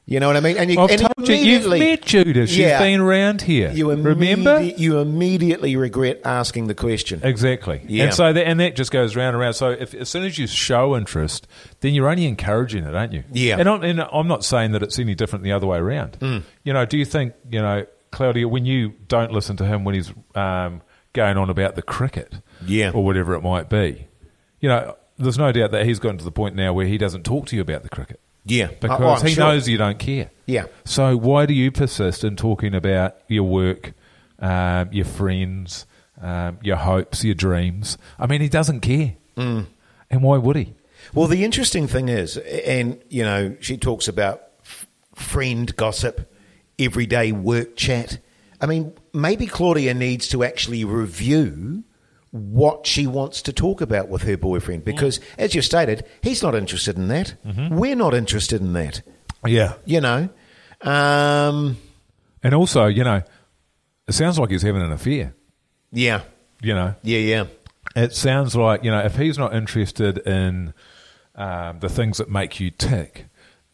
[SPEAKER 1] you know what I mean and you
[SPEAKER 2] I've
[SPEAKER 1] and
[SPEAKER 2] told you, you've
[SPEAKER 1] immediately-
[SPEAKER 2] met Judith. She's
[SPEAKER 1] Yeah.
[SPEAKER 2] been around here.
[SPEAKER 1] you immedi-
[SPEAKER 2] Remember?
[SPEAKER 1] you immediately regret asking the question
[SPEAKER 2] Exactly.
[SPEAKER 1] Yeah.
[SPEAKER 2] And so that, and that just goes round and round. So if, as soon as you show interest, then you're only encouraging it, aren't you?
[SPEAKER 1] Yeah. Mm.
[SPEAKER 2] And I'm, and I'm not saying that it's any different the other way around. You know, do you think, you know, Claudia, when you don't listen to him when he's um, going on about the cricket
[SPEAKER 1] Yeah.
[SPEAKER 2] or whatever it might be, you know, there's no doubt that he's gotten to the point now where he doesn't talk to you about the cricket.
[SPEAKER 1] Yeah. Oh,
[SPEAKER 2] Because
[SPEAKER 1] I'm
[SPEAKER 2] he
[SPEAKER 1] sure.
[SPEAKER 2] knows you don't care.
[SPEAKER 1] Yeah.
[SPEAKER 2] So why do you persist in talking about your work, um, your friends, um, your hopes, your dreams? I mean, he doesn't care. And why would he?
[SPEAKER 1] Well, the interesting thing is, and you know, she talks about f- friend gossip, everyday work chat. I mean, maybe Claudia needs to actually review what she wants to talk about with her boyfriend because, as you stated, he's not interested in that. We're not interested in that.
[SPEAKER 2] Yeah.
[SPEAKER 1] You know, um,
[SPEAKER 2] And also, you know, it sounds like he's having an affair.
[SPEAKER 1] yeah,
[SPEAKER 2] You know,
[SPEAKER 1] yeah, yeah,
[SPEAKER 2] it sounds like you know if he's not interested in um, the things that make you tick,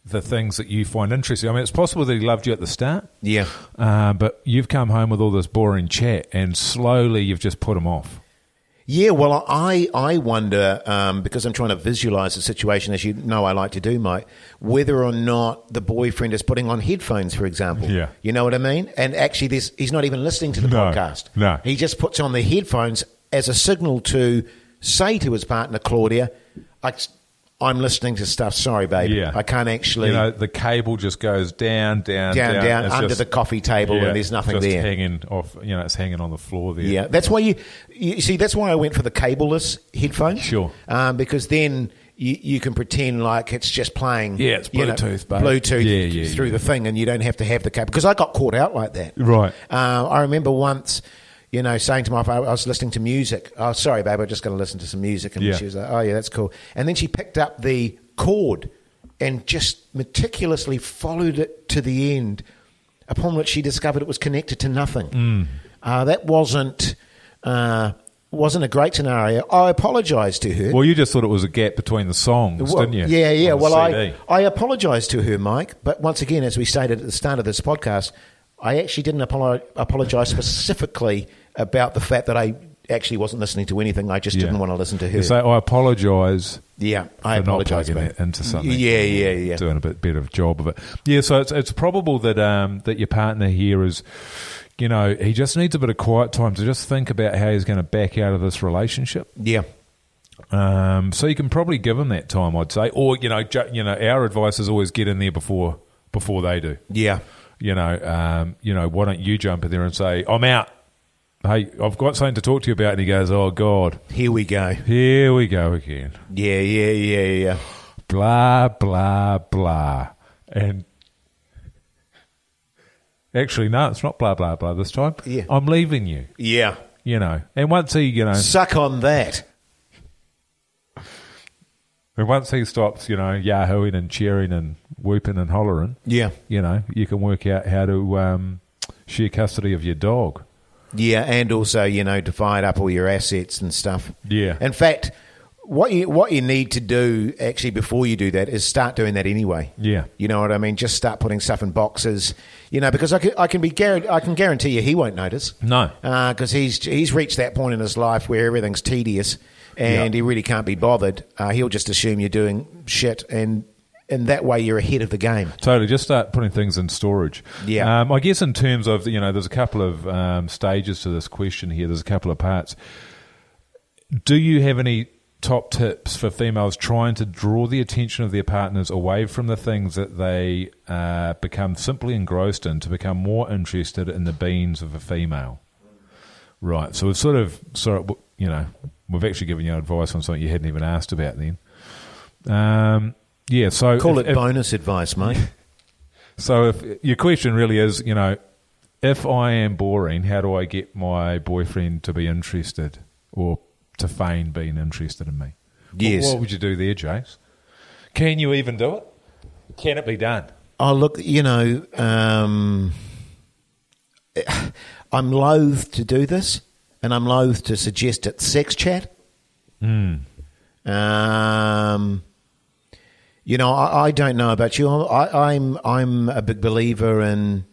[SPEAKER 2] the things that you find interesting. I mean, it's possible that he loved you at the start.
[SPEAKER 1] yeah.
[SPEAKER 2] Uh, but you've come home with all this boring chat, and slowly you've just put him off.
[SPEAKER 1] Yeah, well, I I wonder um, because I'm trying to visualise the situation, as you know, I like to do, Mike. Whether or not the boyfriend is putting on headphones, for example.
[SPEAKER 2] Yeah.
[SPEAKER 1] you know what I mean. And actually, this he's not even listening to the
[SPEAKER 2] No,
[SPEAKER 1] podcast.
[SPEAKER 2] no.
[SPEAKER 1] he just puts on the headphones as a signal to say to his partner Claudia, I, "I'm listening to stuff. Sorry, baby,
[SPEAKER 2] Yeah.
[SPEAKER 1] I can't actually."
[SPEAKER 2] You know, the cable just goes down, down,
[SPEAKER 1] Down,
[SPEAKER 2] down,
[SPEAKER 1] down,
[SPEAKER 2] It's
[SPEAKER 1] under
[SPEAKER 2] just-
[SPEAKER 1] the coffee table and there's nothing
[SPEAKER 2] just
[SPEAKER 1] there.
[SPEAKER 2] Hanging off, you know, it's hanging on the floor there.
[SPEAKER 1] Yeah, that's why you, you see. That's why I went for the cableless headphones.
[SPEAKER 2] Sure.
[SPEAKER 1] um, because then you, you can pretend like it's just playing.
[SPEAKER 2] Yeah, it's
[SPEAKER 1] you know,
[SPEAKER 2] Bluetooth, babe.
[SPEAKER 1] Bluetooth
[SPEAKER 2] Yeah, yeah,
[SPEAKER 1] through
[SPEAKER 2] yeah.
[SPEAKER 1] the thing, and you don't have to have the cable. Because I got caught out like that.
[SPEAKER 2] Right.
[SPEAKER 1] Uh, I remember once, you know, saying to my wife, I was listening to music. Oh, sorry, babe, I'm just going to listen to some music, and
[SPEAKER 2] Yeah.
[SPEAKER 1] she was like, Oh yeah, that's cool. And then she picked up the cord and just meticulously followed it to the end. Upon which she discovered it was connected to nothing.
[SPEAKER 2] Mm.
[SPEAKER 1] Uh, that wasn't uh, wasn't a great scenario. I apologised to her.
[SPEAKER 2] Well, you just thought it was a gap between the songs,
[SPEAKER 1] Well,
[SPEAKER 2] didn't you?
[SPEAKER 1] Yeah, yeah.
[SPEAKER 2] On the
[SPEAKER 1] Well, I,
[SPEAKER 2] CD.
[SPEAKER 1] I apologise to her, Mike. But once again, as we stated at the start of this podcast, I actually didn't apolo- apologise specifically about the fact that I actually wasn't listening to anything. I just
[SPEAKER 2] Yeah.
[SPEAKER 1] didn't want to listen to her.
[SPEAKER 2] You say, I apologise.
[SPEAKER 1] yeah, I
[SPEAKER 2] for not
[SPEAKER 1] apologise.
[SPEAKER 2] plugging
[SPEAKER 1] mate.
[SPEAKER 2] it into something.
[SPEAKER 1] Yeah, yeah, yeah.
[SPEAKER 2] Doing a bit better job of it. Yeah, so it's it's probable that um that your partner here is, you know, he just needs a bit of quiet time to just think about how he's going to back out of this relationship.
[SPEAKER 1] Yeah.
[SPEAKER 2] Um, so you can probably give them that time, I'd say. Or you know, ju- you know, our advice is always get in there before before they do.
[SPEAKER 1] Yeah.
[SPEAKER 2] You know, um, you know, why don't you jump in there and say, "I'm out." Hey, I've got something to talk to you about, and he goes, "Oh God,
[SPEAKER 1] Here we go.
[SPEAKER 2] here we go again."
[SPEAKER 1] Yeah, yeah, yeah, yeah.
[SPEAKER 2] blah blah blah and actually no it's not blah blah blah this time
[SPEAKER 1] Yeah.
[SPEAKER 2] i'm leaving you
[SPEAKER 1] Yeah.
[SPEAKER 2] you know and once he you know
[SPEAKER 1] Suck on that.
[SPEAKER 2] and once he stops you know yahooing and cheering and whooping and hollering
[SPEAKER 1] Yeah.
[SPEAKER 2] you know you can work out how to um, share custody of your dog
[SPEAKER 1] Yeah, and also, you know, divide up all your assets and stuff.
[SPEAKER 2] Yeah.
[SPEAKER 1] In fact, What you what you need to do actually before you do that is start doing that anyway.
[SPEAKER 2] Yeah.
[SPEAKER 1] you know what I mean. Just start putting stuff in boxes. You know, because I can, I can be guaranteed, I can guarantee you he won't notice.
[SPEAKER 2] No.
[SPEAKER 1] because he's he's reached that point in his life where everything's tedious and
[SPEAKER 2] Yeah.
[SPEAKER 1] he really can't be bothered. Uh, he'll just assume you're doing shit, and and that way you're ahead of the game.
[SPEAKER 2] Totally. Just start putting things in storage.
[SPEAKER 1] Yeah.
[SPEAKER 2] Um, I guess in terms of you know, there's a couple of um, stages to this question here. There's a couple of parts. Do you have any top tips for females trying to draw the attention of their partners away from the things that they uh, become simply engrossed in to become more interested in the beings of a female? Right. So we've sort of sort of you know we've actually given you advice on something you hadn't even asked about then. Um, yeah. So
[SPEAKER 1] Call
[SPEAKER 2] if-
[SPEAKER 1] it
[SPEAKER 2] if-
[SPEAKER 1] bonus advice, mate.
[SPEAKER 2] so if your question really is, you know, if I am boring, how do I get my boyfriend to be interested or to feign being interested in me? What-
[SPEAKER 1] Yes.
[SPEAKER 2] What, would you do there, Jace? Can you even do it? Can it be done?
[SPEAKER 1] Oh, look, you know, um, I'm loath to do this, and I'm loath to suggest it. Sex chat.
[SPEAKER 2] Hmm.
[SPEAKER 1] Um, you know, I, I don't know about you. I, I'm I'm a big believer in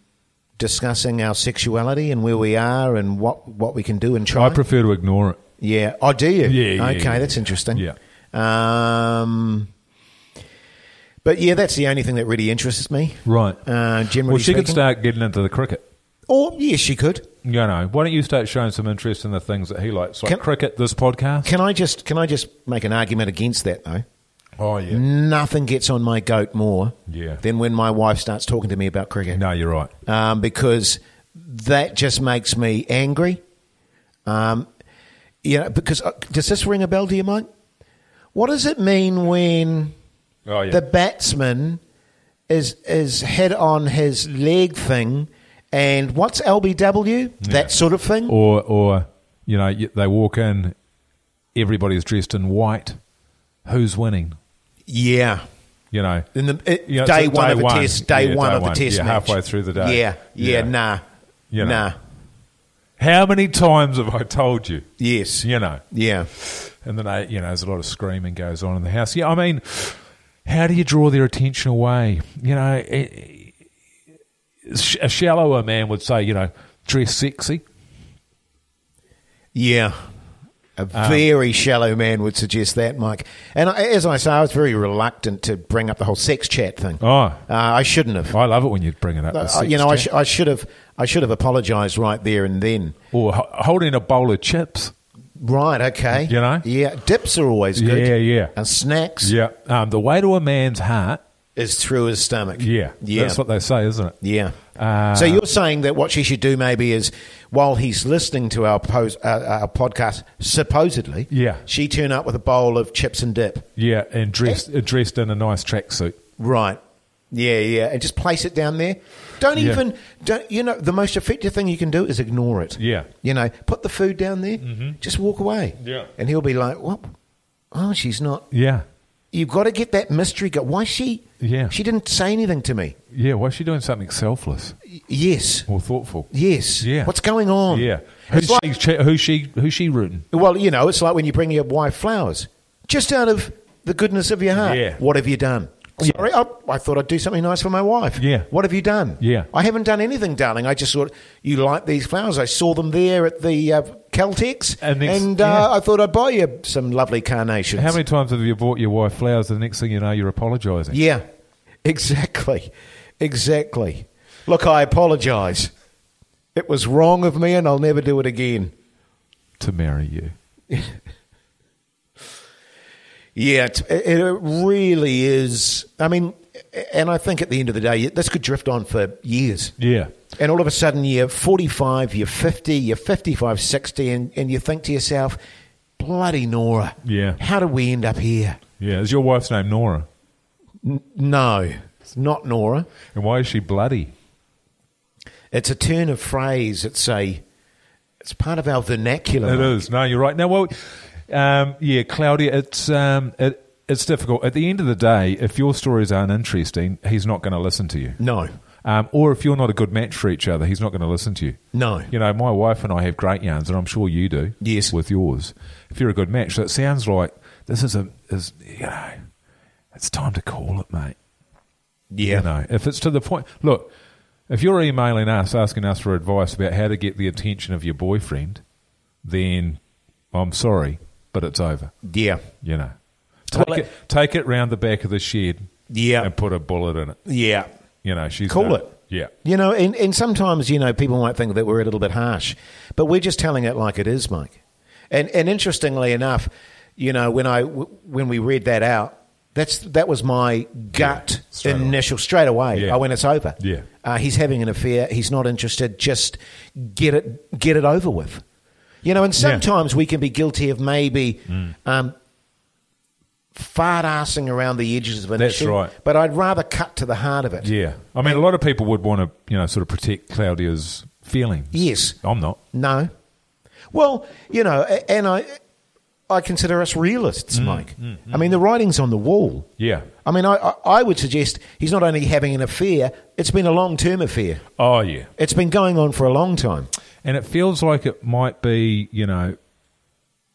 [SPEAKER 1] discussing our sexuality and where we are and what what we can do and try.
[SPEAKER 2] I prefer to ignore it.
[SPEAKER 1] Yeah. Oh, do you?
[SPEAKER 2] Yeah, yeah,
[SPEAKER 1] Okay,
[SPEAKER 2] yeah.
[SPEAKER 1] that's interesting.
[SPEAKER 2] Yeah.
[SPEAKER 1] Um, but yeah, that's the only thing that really interests me.
[SPEAKER 2] Right.
[SPEAKER 1] Uh, generally
[SPEAKER 2] well, she could
[SPEAKER 1] speaking.
[SPEAKER 2] start getting into the cricket.
[SPEAKER 1] Or yes, she could.
[SPEAKER 2] You know, why don't you start showing some interest in the things that he likes, like
[SPEAKER 1] Can-
[SPEAKER 2] cricket, this podcast?
[SPEAKER 1] Can I just can I just make an argument against that though?
[SPEAKER 2] oh, yeah.
[SPEAKER 1] Nothing gets on my goat more
[SPEAKER 2] Yeah.
[SPEAKER 1] than when my wife starts talking to me about cricket.
[SPEAKER 2] No, you're right.
[SPEAKER 1] um, because that just makes me angry. Um, you know, because uh, does this ring a bell? Do you mind? What does it mean when
[SPEAKER 2] Oh, yeah.
[SPEAKER 1] the batsman is is head on his leg thing, and what's LBW? That sort of thing.
[SPEAKER 2] or or you know y- they walk in, everybody's dressed in white. Who's winning?
[SPEAKER 1] yeah.
[SPEAKER 2] You know,
[SPEAKER 1] In the it,
[SPEAKER 2] You know,
[SPEAKER 1] day,
[SPEAKER 2] it's
[SPEAKER 1] one of the
[SPEAKER 2] one.
[SPEAKER 1] test, day
[SPEAKER 2] Yeah,
[SPEAKER 1] one
[SPEAKER 2] day
[SPEAKER 1] of the
[SPEAKER 2] one.
[SPEAKER 1] test
[SPEAKER 2] Yeah,
[SPEAKER 1] match.
[SPEAKER 2] halfway through the day.
[SPEAKER 1] Yeah, yeah,
[SPEAKER 2] Yeah.
[SPEAKER 1] nah,
[SPEAKER 2] You know.
[SPEAKER 1] nah,
[SPEAKER 2] How many times have I told you?
[SPEAKER 1] yes,
[SPEAKER 2] You know,
[SPEAKER 1] yeah.
[SPEAKER 2] and then I, you know, there's a lot of screaming goes on in the house. Yeah, I mean, how do you draw their attention away? You know, eh, sh- a shallower man would say, you know, dress sexy.
[SPEAKER 1] Yeah. A
[SPEAKER 2] Um,
[SPEAKER 1] very shallow man would suggest that, Mike. And I, as I say, I was very reluctant to bring up the whole sex chat thing.
[SPEAKER 2] Oh.
[SPEAKER 1] Uh, I shouldn't have.
[SPEAKER 2] I love it when you bring it up. the
[SPEAKER 1] Uh,
[SPEAKER 2] sex
[SPEAKER 1] you know, I,
[SPEAKER 2] chat.
[SPEAKER 1] sh- I should have. I should have apologised right there and then.
[SPEAKER 2] or ho- holding a bowl of chips.
[SPEAKER 1] Right, okay.
[SPEAKER 2] You know?
[SPEAKER 1] yeah. Dips are always good.
[SPEAKER 2] Yeah, yeah.
[SPEAKER 1] And snacks
[SPEAKER 2] Yeah, um, the way to a man's heart.
[SPEAKER 1] is through his stomach.
[SPEAKER 2] Yeah,
[SPEAKER 1] yeah,
[SPEAKER 2] that's what they say, isn't it?
[SPEAKER 1] yeah.
[SPEAKER 2] Uh,
[SPEAKER 1] so you're saying that what she should do maybe is, while he's listening to our pos- uh, our podcast, supposedly,
[SPEAKER 2] Yeah.
[SPEAKER 1] she turn up with a bowl of chips and dip.
[SPEAKER 2] Yeah, and dressed uh, dressed in a nice tracksuit.
[SPEAKER 1] Right. Yeah, yeah, and just place it down there. Don't
[SPEAKER 2] Yeah.
[SPEAKER 1] even, don't, you know, the most effective thing you can do is ignore it.
[SPEAKER 2] Yeah. Mm-hmm.
[SPEAKER 1] You know, put the food down there, just walk away.
[SPEAKER 2] Yeah.
[SPEAKER 1] And he'll be like, what? Oh, she's not.
[SPEAKER 2] Yeah,
[SPEAKER 1] You've got to get that mystery go. Why she?
[SPEAKER 2] Yeah.
[SPEAKER 1] She didn't say anything to me.
[SPEAKER 2] yeah. Why is she doing something selfless
[SPEAKER 1] Y- yes.
[SPEAKER 2] or thoughtful?
[SPEAKER 1] Yes.
[SPEAKER 2] Yeah.
[SPEAKER 1] What's going on?
[SPEAKER 2] Yeah,
[SPEAKER 1] It's
[SPEAKER 2] who's
[SPEAKER 1] like,
[SPEAKER 2] she? che- Who's she? Who's she rooting?
[SPEAKER 1] well, you know, it's like when you bring your wife flowers, just out of the goodness of your heart.
[SPEAKER 2] Yeah.
[SPEAKER 1] What have you done?
[SPEAKER 2] Yeah.
[SPEAKER 1] Sorry, I, I thought I'd do something nice for my wife.
[SPEAKER 2] Yeah.
[SPEAKER 1] What have you done?
[SPEAKER 2] Yeah.
[SPEAKER 1] I haven't done anything, darling. I just thought you like these flowers. I saw them there at the uh, Caltex,
[SPEAKER 2] And next-
[SPEAKER 1] and uh,
[SPEAKER 2] yeah.
[SPEAKER 1] I thought I'd buy you some lovely carnations.
[SPEAKER 2] How many times have you bought your wife flowers? And the next thing you know, you're apologising.
[SPEAKER 1] Yeah. Exactly. Exactly. Look, I apologise. It was wrong of me, and I'll never do it again.
[SPEAKER 2] to marry you.
[SPEAKER 1] Yeah, it's, it, it really is. I mean, and I think at the end of the day, this could drift on for years.
[SPEAKER 2] Yeah,
[SPEAKER 1] And all of a sudden, you're 45, you're 50, you're 55, 60, and, and you think to yourself, bloody Nora.
[SPEAKER 2] Yeah.
[SPEAKER 1] How did we end up here?
[SPEAKER 2] yeah. Is your wife's name Nora?
[SPEAKER 1] No, it's not Nora.
[SPEAKER 2] And why is she bloody?
[SPEAKER 1] It's a turn of phrase. It's a. It's part of our vernacular.
[SPEAKER 2] It is. No, you're right. Now, well, um, yeah, Claudia, it's um, it, it's difficult. At the end of the day, if your stories aren't interesting, he's not going to listen to you.
[SPEAKER 1] No.
[SPEAKER 2] Um, or if you're not a good match for each other, he's not going to listen to you.
[SPEAKER 1] No.
[SPEAKER 2] You know, my wife and I have great yarns, and I'm sure you do.
[SPEAKER 1] Yes.
[SPEAKER 2] With yours. If you're a good match, so it sounds like this is a is you know, it's time to call it, mate.
[SPEAKER 1] Yeah.
[SPEAKER 2] You know, if it's to the point, look, if you're emailing us asking us for advice about how to get the attention of your boyfriend, then I'm sorry, but it's over.
[SPEAKER 1] Yeah.
[SPEAKER 2] You know, take
[SPEAKER 1] Well,
[SPEAKER 2] it, take it round the back of the shed,
[SPEAKER 1] Yeah.
[SPEAKER 2] and put a bullet in it.
[SPEAKER 1] Yeah.
[SPEAKER 2] You know, she's
[SPEAKER 1] Call
[SPEAKER 2] no-
[SPEAKER 1] it.
[SPEAKER 2] Yeah,
[SPEAKER 1] You know, and, and sometimes, you know, people might think that we're a little bit harsh, but we're just telling it like it is, Mike. And, and interestingly enough, you know, when, I, when we read that out, that's, that was my gut
[SPEAKER 2] straight away.
[SPEAKER 1] initial straight away.
[SPEAKER 2] Yeah.
[SPEAKER 1] I went, it's over.
[SPEAKER 2] Yeah.
[SPEAKER 1] Uh, he's having an affair. He's not interested. Just get it, get it over with. You know, and sometimes we can be guilty of maybe
[SPEAKER 2] Mm.
[SPEAKER 1] um, fart assing around the edges of an
[SPEAKER 2] That's
[SPEAKER 1] issue.
[SPEAKER 2] right.
[SPEAKER 1] But I'd rather cut to the heart of it.
[SPEAKER 2] yeah. I mean, a lot of people would want to, you know, sort of protect Claudia's feelings.
[SPEAKER 1] Yes.
[SPEAKER 2] I'm not.
[SPEAKER 1] No. Well, you know, a- and I, I consider us realists, Mike. I mean, the writing's on the wall.
[SPEAKER 2] Mm, Yeah.
[SPEAKER 1] I mean, I, I, I would suggest he's not only having an affair; it's been a long-term affair.
[SPEAKER 2] Oh, yeah.
[SPEAKER 1] It's been going on for a long time.
[SPEAKER 2] and it feels like it might be you know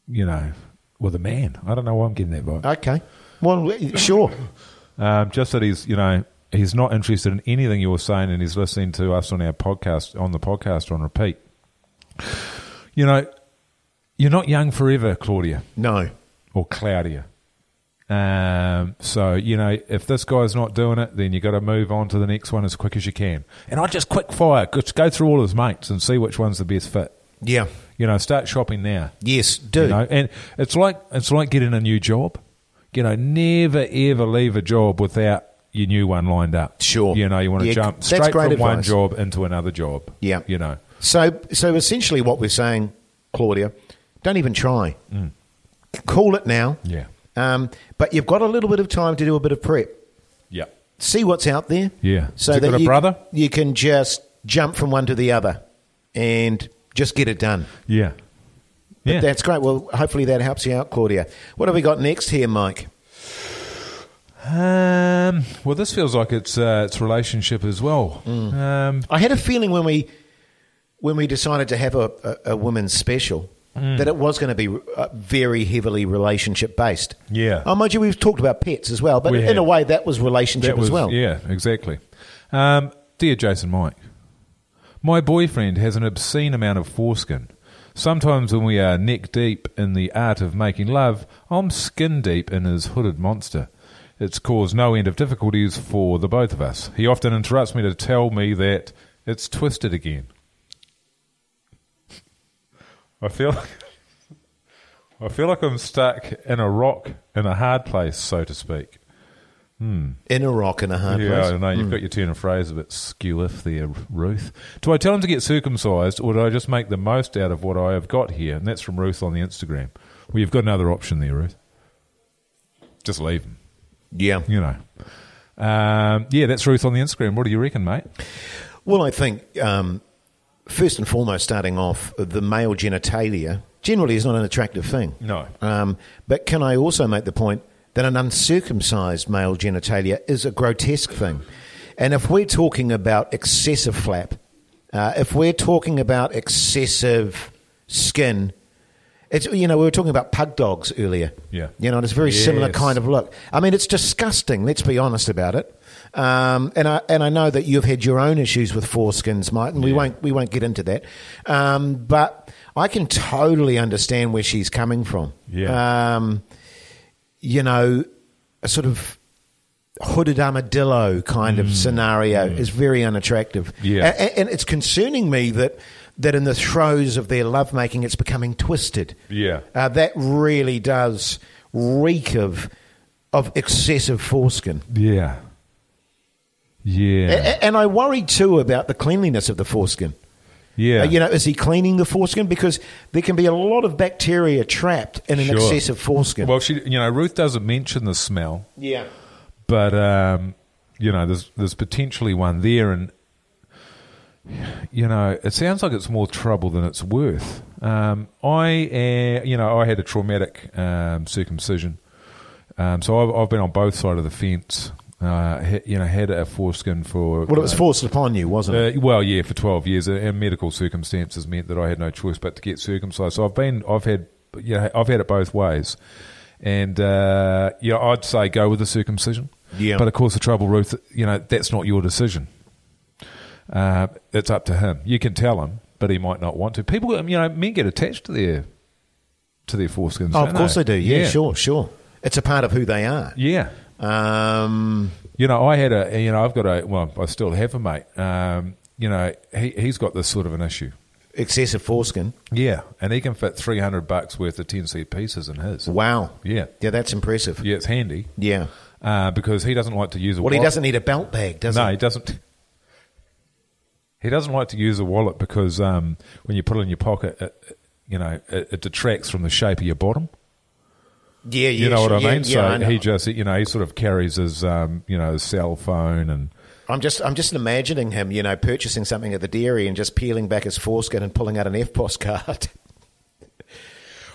[SPEAKER 2] you know with a man i don't know why i'm getting that vibe
[SPEAKER 1] Okay. Well, w- sure.
[SPEAKER 2] um, just that he's you know he's not interested in anything you're saying and he's listening to us on our podcast on the podcast on repeat you know you're not young forever claudia
[SPEAKER 1] No.
[SPEAKER 2] or claudia um, so you know if this guy's not doing it then you got to move on to the next one as quick as you can and i just quick fire just go through all his mates and see which one's the best fit
[SPEAKER 1] Yeah.
[SPEAKER 2] you know start shopping now
[SPEAKER 1] Yes. Do.
[SPEAKER 2] You know, and it's like it's like getting a new job. You know, never ever leave a job without your new one lined up.
[SPEAKER 1] Sure.
[SPEAKER 2] You know, you want to
[SPEAKER 1] Yeah,
[SPEAKER 2] jump
[SPEAKER 1] that's
[SPEAKER 2] straight
[SPEAKER 1] great
[SPEAKER 2] from one
[SPEAKER 1] advice.
[SPEAKER 2] job into another job.
[SPEAKER 1] Yeah.
[SPEAKER 2] You know.
[SPEAKER 1] So, so essentially, what we're saying, Claudia, don't even try. Call it now.
[SPEAKER 2] Mm. Yeah.
[SPEAKER 1] Um, but you've got a little bit of time to do a bit of prep.
[SPEAKER 2] Yeah.
[SPEAKER 1] see what's out there.
[SPEAKER 2] Yeah.
[SPEAKER 1] So
[SPEAKER 2] Has it
[SPEAKER 1] that
[SPEAKER 2] got a
[SPEAKER 1] you,
[SPEAKER 2] brother?
[SPEAKER 1] you can just jump from one to the other and just get it done.
[SPEAKER 2] Yeah.
[SPEAKER 1] But
[SPEAKER 2] Yeah.
[SPEAKER 1] that's great. Well, hopefully that helps you out, Claudia. What have we got next here, Mike?
[SPEAKER 2] um, well, this feels like it's uh, it's relationship as well.
[SPEAKER 1] Mm.
[SPEAKER 2] Um,
[SPEAKER 1] I had a feeling when we when we decided to have a, a, a women's special
[SPEAKER 2] Mm.
[SPEAKER 1] that it was going to be uh, very heavily relationship based.
[SPEAKER 2] Yeah.
[SPEAKER 1] Oh, mind you, we've talked about pets as well, but
[SPEAKER 2] We
[SPEAKER 1] in
[SPEAKER 2] have.
[SPEAKER 1] a way that was relationship
[SPEAKER 2] that was
[SPEAKER 1] as well.
[SPEAKER 2] yeah, exactly. Um, dear Jason Mike, my boyfriend has an obscene amount of foreskin. Sometimes when we are neck deep in the art of making love, I'm skin deep in his hooded monster. It's caused no end of difficulties for the both of us. He often interrupts me to tell me that it's twisted again. I feel I feel like I'm stuck in a rock in a hard place, so to speak.
[SPEAKER 1] In a rock and a hard
[SPEAKER 2] Yeah, I
[SPEAKER 1] place. Hmm.
[SPEAKER 2] know. You've got your turn of phrase a bit skewiff there, Ruth. Do I tell him to get circumcised, or do I just make the most out of what I have got here? And that's from Ruth on the Instagram. Well, you've got another option there, Ruth. Just leave him,
[SPEAKER 1] Yeah.
[SPEAKER 2] you know. Um, yeah, that's Ruth on the Instagram. What do you reckon, mate?
[SPEAKER 1] Well, I think um, first and foremost, starting off, the male genitalia generally is not an attractive thing.
[SPEAKER 2] No.
[SPEAKER 1] Um, but can I also make the point that an uncircumcised male genitalia is a grotesque thing? And if we're talking about excessive flap, uh, if we're talking about excessive skin, it's you know we were talking about pug dogs earlier.
[SPEAKER 2] Yeah.
[SPEAKER 1] You know, and it's a very similar
[SPEAKER 2] Yes.
[SPEAKER 1] kind of look. I mean, it's disgusting. Let's be honest about it. Um, and I and I know that you've had your own issues with foreskins, Mike, and we won't we won't get into that. Um, but I can totally understand where she's coming from.
[SPEAKER 2] Yeah.
[SPEAKER 1] Um, you know, a sort of hooded armadillo kind of scenario is very unattractive.
[SPEAKER 2] Mm. Yeah.
[SPEAKER 1] A- a- and, it's concerning me that that in the throes of their lovemaking, it's becoming twisted.
[SPEAKER 2] Yeah.
[SPEAKER 1] uh, that really does reek of of excessive foreskin.
[SPEAKER 2] Yeah. Yeah.
[SPEAKER 1] A- a- and I worry too about the cleanliness of the foreskin.
[SPEAKER 2] yeah.
[SPEAKER 1] Uh, you know, is he cleaning the foreskin? Because there can be a lot of bacteria trapped in an
[SPEAKER 2] Sure.
[SPEAKER 1] excessive foreskin.
[SPEAKER 2] Well, she, you know, Ruth doesn't mention the smell.
[SPEAKER 1] yeah.
[SPEAKER 2] but um, you know, there's there's potentially one there, and you know, it sounds like it's more trouble than it's worth. Um, I, uh, you know, I had a traumatic um, circumcision, um, so I've, I've been on both sides of the fence. Uh, ha- you know, had a foreskin for
[SPEAKER 1] Well, it was
[SPEAKER 2] uh,
[SPEAKER 1] forced upon you, wasn't it?
[SPEAKER 2] uh, well, yeah, for twelve years, uh, and medical circumstances meant that I had no choice but to get circumcised. So I've been, I've had, you know, I've had it both ways, And uh, yeah, I'd say go with the circumcision.
[SPEAKER 1] Yeah.
[SPEAKER 2] But of course, the trouble, Ruth, you know, that's not your decision. Uh, it's up to him. You can tell him, but he might not want to. People, um, you know, men get attached to their to their foreskins.
[SPEAKER 1] Oh, of
[SPEAKER 2] don't
[SPEAKER 1] course they do. Yeah,
[SPEAKER 2] yeah,
[SPEAKER 1] sure, sure. It's a part of who they are.
[SPEAKER 2] Yeah.
[SPEAKER 1] Um,
[SPEAKER 2] You know, I had a, you know, I've got a, well, I still have a mate. Um, you know, he, he's got this sort of an issue.
[SPEAKER 1] excessive foreskin.
[SPEAKER 2] Yeah. And he can fit 300 bucks worth of 10 seed pieces in his.
[SPEAKER 1] Wow.
[SPEAKER 2] Yeah.
[SPEAKER 1] Yeah, that's impressive.
[SPEAKER 2] Yeah, it's handy
[SPEAKER 1] Yeah.
[SPEAKER 2] uh, because he doesn't like to use a
[SPEAKER 1] Well,
[SPEAKER 2] wallet.
[SPEAKER 1] he doesn't need a belt bag, does
[SPEAKER 2] No,
[SPEAKER 1] he?
[SPEAKER 2] he doesn't. He doesn't like to use a wallet because um, when you put it in your pocket, it, it- you know, it, it detracts from the shape of your bottom.
[SPEAKER 1] Yeah, yeah.
[SPEAKER 2] You know what
[SPEAKER 1] sure. Yeah,
[SPEAKER 2] I mean?
[SPEAKER 1] yeah, I
[SPEAKER 2] so
[SPEAKER 1] know.
[SPEAKER 2] he just, you know, he sort of carries his, um, you know, his cell phone and
[SPEAKER 1] I'm just, I'm just imagining him, you know, purchasing something at the dairy and just peeling back his foreskin and pulling out an FPOS card.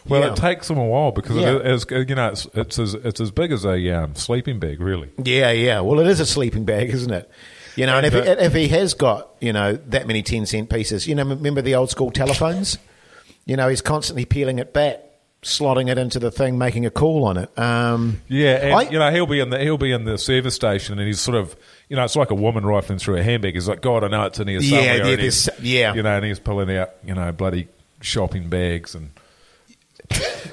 [SPEAKER 2] Well,
[SPEAKER 1] Yeah.
[SPEAKER 2] it takes them a while because
[SPEAKER 1] Yeah.
[SPEAKER 2] it is, you know it's, it's as it's as big as a um, sleeping bag, really.
[SPEAKER 1] Yeah, yeah. Well, it is a sleeping bag, isn't it? You know, and if, he, if he has got, you know, that many 10 cent pieces, you know, remember the old school telephones? You know, he's constantly peeling it back, slotting it into the thing, making a call on it. Um,
[SPEAKER 2] Yeah, and
[SPEAKER 1] I-
[SPEAKER 2] you know he'll be in the he'll be in the service station, and he's sort of you know it's like a woman rifling through a handbag. He's like, God, I know it's in here
[SPEAKER 1] Yeah,
[SPEAKER 2] somewhere.
[SPEAKER 1] yeah,
[SPEAKER 2] and
[SPEAKER 1] there's-
[SPEAKER 2] he's,
[SPEAKER 1] yeah.
[SPEAKER 2] you know, and he's pulling out you know bloody shopping bags and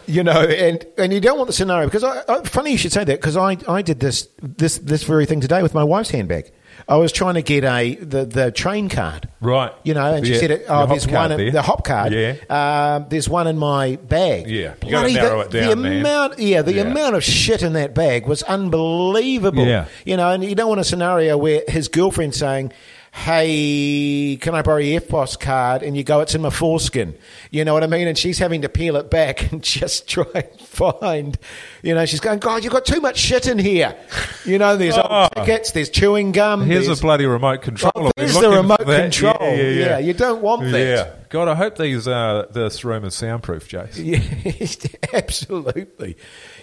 [SPEAKER 1] you know, and, and you don't want the scenario because I, I, funny you should say that because I, I did this, this, this very thing today with my wife's handbag. I was trying to get a the, the train card,
[SPEAKER 2] Right.
[SPEAKER 1] You know, and she
[SPEAKER 2] Yeah.
[SPEAKER 1] said, "Oh,
[SPEAKER 2] Your
[SPEAKER 1] there's
[SPEAKER 2] hop
[SPEAKER 1] one
[SPEAKER 2] card
[SPEAKER 1] in,
[SPEAKER 2] there.
[SPEAKER 1] the hop card.
[SPEAKER 2] Yeah.
[SPEAKER 1] um, there's one in my bag.
[SPEAKER 2] Yeah. You
[SPEAKER 1] Bloody
[SPEAKER 2] gotta narrow
[SPEAKER 1] the,
[SPEAKER 2] it down,
[SPEAKER 1] the
[SPEAKER 2] man.
[SPEAKER 1] amount, yeah, the
[SPEAKER 2] Yeah.
[SPEAKER 1] amount of shit in that bag was unbelievable.
[SPEAKER 2] Yeah.
[SPEAKER 1] you know, and you don't want a scenario where his girlfriend's saying. Hey, can I borrow your FBOS card? And you go, it's in my foreskin. You know what I mean? And she's having to peel it back and just try and find. You know, she's going, God, you've got too much shit in here. You know, there's
[SPEAKER 2] Oh.
[SPEAKER 1] old tickets, there's chewing gum.
[SPEAKER 2] here's
[SPEAKER 1] there's,
[SPEAKER 2] a bloody remote control.
[SPEAKER 1] Oh,
[SPEAKER 2] We're
[SPEAKER 1] there's the
[SPEAKER 2] looking for
[SPEAKER 1] remote
[SPEAKER 2] that.
[SPEAKER 1] control. Yeah, you don't want that.
[SPEAKER 2] Yeah, God, I hope these uh, this room is soundproof, Jace.
[SPEAKER 1] Yeah, absolutely.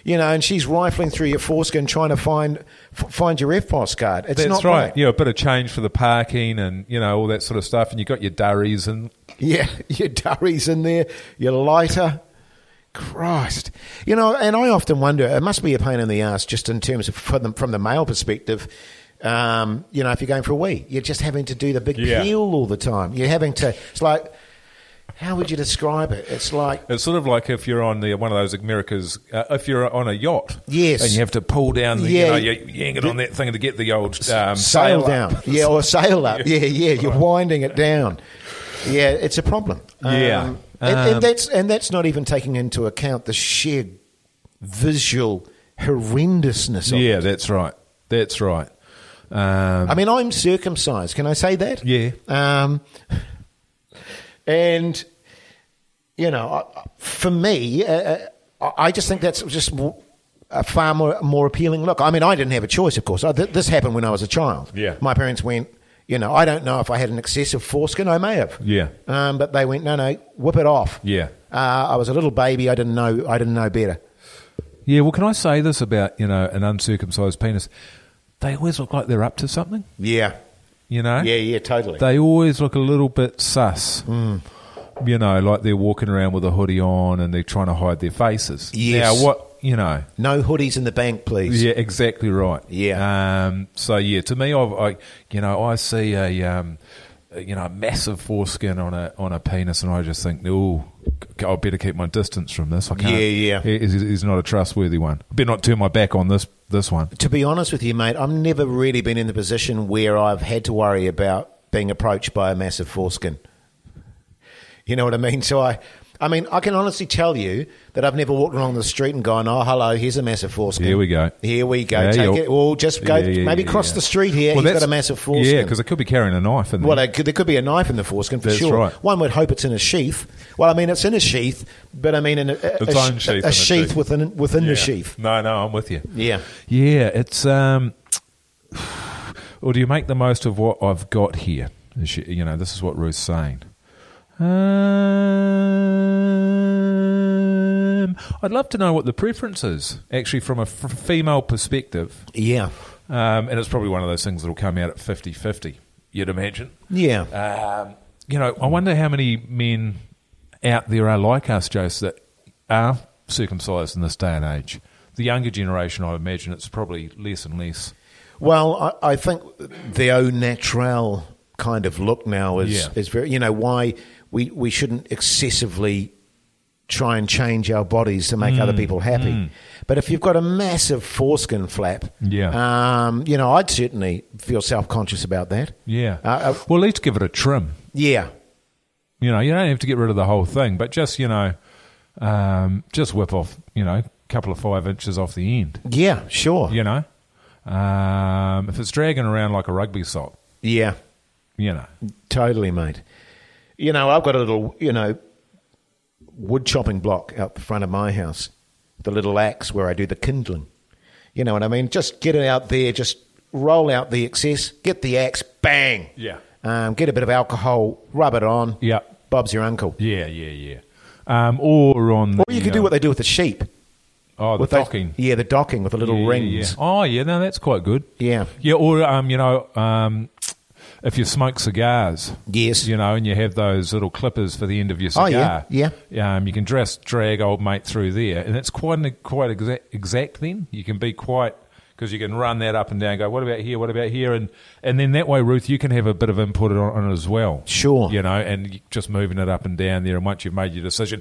[SPEAKER 1] You know, and she's rifling through your foreskin trying to find f- find your FPOS card. It's
[SPEAKER 2] That's
[SPEAKER 1] not
[SPEAKER 2] right. Yeah, a bit of change for the parking and you know all that sort of stuff, and you got your durries and
[SPEAKER 1] Yeah, your durry's in there, your lighter. Christ. You know, and I often wonder, it must be a pain in the ass just in terms of from the, from the male perspective. Um, you know, if you're going for a wee, you're just having to do the big
[SPEAKER 2] Yeah.
[SPEAKER 1] peel all the time. You're having to, it's like, how would you describe it? It's like,
[SPEAKER 2] It's sort of like if you're on the one of those America's, uh, if you're on a yacht,
[SPEAKER 1] Yes.
[SPEAKER 2] and you have to pull down, the,
[SPEAKER 1] Yeah.
[SPEAKER 2] you know, you, you hang it on that thing to get the old um,
[SPEAKER 1] sail,
[SPEAKER 2] up.
[SPEAKER 1] down. Yeah, or sail up. Yeah, yeah. You're winding it down. Yeah, it's a problem.
[SPEAKER 2] Yeah.
[SPEAKER 1] and, and
[SPEAKER 2] Um,
[SPEAKER 1] that's and that's not even taking into account the sheer visual horrendousness of
[SPEAKER 2] Yeah,
[SPEAKER 1] it.
[SPEAKER 2] that's right. That's right. Um,
[SPEAKER 1] I mean, I'm circumcised. Can I say that?
[SPEAKER 2] Yeah.
[SPEAKER 1] Um, and you know, I- I- for me, uh, uh, I just think that's just w- a far more more appealing look. I mean, I didn't have a choice, of course. I, th- this happened when I was a child.
[SPEAKER 2] Yeah.
[SPEAKER 1] my parents went. You know, I don't know if I had an excessive foreskin. I may have.
[SPEAKER 2] Yeah.
[SPEAKER 1] Um, but they went, no, no, whip it off.
[SPEAKER 2] Yeah.
[SPEAKER 1] Uh, I was a little baby. I didn't know. I didn't know better.
[SPEAKER 2] yeah. Well, can I say this about you know an uncircumcised penis? They always look like they're up to something.
[SPEAKER 1] Yeah.
[SPEAKER 2] You know.
[SPEAKER 1] Yeah. Mm. Yeah. Totally.
[SPEAKER 2] They always look a little bit sus. You know, like they're walking around with a hoodie on and they're trying to hide their faces.
[SPEAKER 1] Yes.
[SPEAKER 2] Now, what you know?
[SPEAKER 1] no hoodies in the bank, please.
[SPEAKER 2] Yeah, exactly right.
[SPEAKER 1] Yeah.
[SPEAKER 2] Um, so yeah, to me, I've, I you know I see a um, a, you know a massive foreskin on a on a penis, and I just think, oh, I better keep my distance from this. I can't.
[SPEAKER 1] Yeah, yeah.
[SPEAKER 2] he- He's, he's not a trustworthy one. Better not turn my back on this this one.
[SPEAKER 1] To be honest with you, mate, I've never really been in the position where I've had to worry about being approached by a massive foreskin. You know what I mean? So I, I mean, I can honestly tell you that I've never walked along the street and gone, "Oh, hello, here's a massive foreskin."
[SPEAKER 2] Here we go.
[SPEAKER 1] Here we go.
[SPEAKER 2] Yeah,
[SPEAKER 1] Take
[SPEAKER 2] you'll-
[SPEAKER 1] it. Well, just go.
[SPEAKER 2] Yeah, yeah,
[SPEAKER 1] maybe
[SPEAKER 2] yeah,
[SPEAKER 1] cross
[SPEAKER 2] yeah.
[SPEAKER 1] the street here.
[SPEAKER 2] Well,
[SPEAKER 1] he's got
[SPEAKER 2] that's-
[SPEAKER 1] a massive foreskin.
[SPEAKER 2] Yeah, because it could be carrying a knife. And
[SPEAKER 1] Well, there could, there could be a knife in the foreskin for
[SPEAKER 2] That's
[SPEAKER 1] sure.
[SPEAKER 2] right.
[SPEAKER 1] One would hope it's in a sheath. Well, I mean, it's in a sheath, but I mean, in a, a,
[SPEAKER 2] Its
[SPEAKER 1] a
[SPEAKER 2] own
[SPEAKER 1] sh-
[SPEAKER 2] sheath
[SPEAKER 1] a,
[SPEAKER 2] in a
[SPEAKER 1] sheath
[SPEAKER 2] sheath.
[SPEAKER 1] within within the sheath.
[SPEAKER 2] No, no, I'm with you.
[SPEAKER 1] Yeah.
[SPEAKER 2] Yeah, it's um. Or do you make the most of what I've got here? Is she- You know, this is what Ruth's saying. Um, I'd love to know what the preference is, actually, from a f- female perspective.
[SPEAKER 1] Yeah.
[SPEAKER 2] Um, and it's probably one of those things that'll come out at 50 50, you'd imagine.
[SPEAKER 1] Yeah.
[SPEAKER 2] Um, you know, I wonder how many men out there are like us, Jose, that are circumcised in this day and age. the younger generation, I imagine it's probably less and less.
[SPEAKER 1] Well, I, I think the au naturel kind of look now is
[SPEAKER 2] Yeah.
[SPEAKER 1] is very you know why we we shouldn't excessively try and change our bodies to make
[SPEAKER 2] Mm.
[SPEAKER 1] other people happy. But if you've got a massive foreskin flap,
[SPEAKER 2] Yeah.
[SPEAKER 1] um, you know, I'd certainly feel self conscious about that.
[SPEAKER 2] Yeah.
[SPEAKER 1] Uh, uh,
[SPEAKER 2] well, at least give it a trim.
[SPEAKER 1] yeah,
[SPEAKER 2] You know, you don't have to get rid of the whole thing, but just you know, um, just whip off you know a couple of five inches off the end.
[SPEAKER 1] yeah, sure,
[SPEAKER 2] You know, um, if it's dragging around like a rugby sock,
[SPEAKER 1] yeah.
[SPEAKER 2] you know,
[SPEAKER 1] Totally, mate. You know, I've got a little, you know, wood chopping block out the front of my house, the little axe where I do the kindling. You know what I mean? Just get it out there, just roll out the excess, get the axe, bang.
[SPEAKER 2] Yeah.
[SPEAKER 1] Um, get a bit of alcohol, rub it on.
[SPEAKER 2] Yeah.
[SPEAKER 1] Bob's your uncle.
[SPEAKER 2] yeah, yeah, yeah. Um, or on, um,
[SPEAKER 1] Or you can do what they do with the sheep.
[SPEAKER 2] oh the
[SPEAKER 1] with those-
[SPEAKER 2] docking.
[SPEAKER 1] yeah, the docking with the little
[SPEAKER 2] Yeah, yeah,
[SPEAKER 1] rings.
[SPEAKER 2] yeah. Oh yeah, no, that's quite good.
[SPEAKER 1] Yeah.
[SPEAKER 2] yeah, or um, you know, um, if you smoke cigars,
[SPEAKER 1] Yes.
[SPEAKER 2] you know, and you have those little clippers for the end of your
[SPEAKER 1] Oh,
[SPEAKER 2] cigar.
[SPEAKER 1] yeah,
[SPEAKER 2] yeah. Um, you can just drag old mate through there, and it's quite an, quite exact, exact. Then you can be quite because you can run that up and down. Go, what about here? What about here? And and then that way, Ruth, you can have a bit of input on, on it as well.
[SPEAKER 1] Sure.
[SPEAKER 2] you know, and you- just moving it up and down there. And once you've made your decision,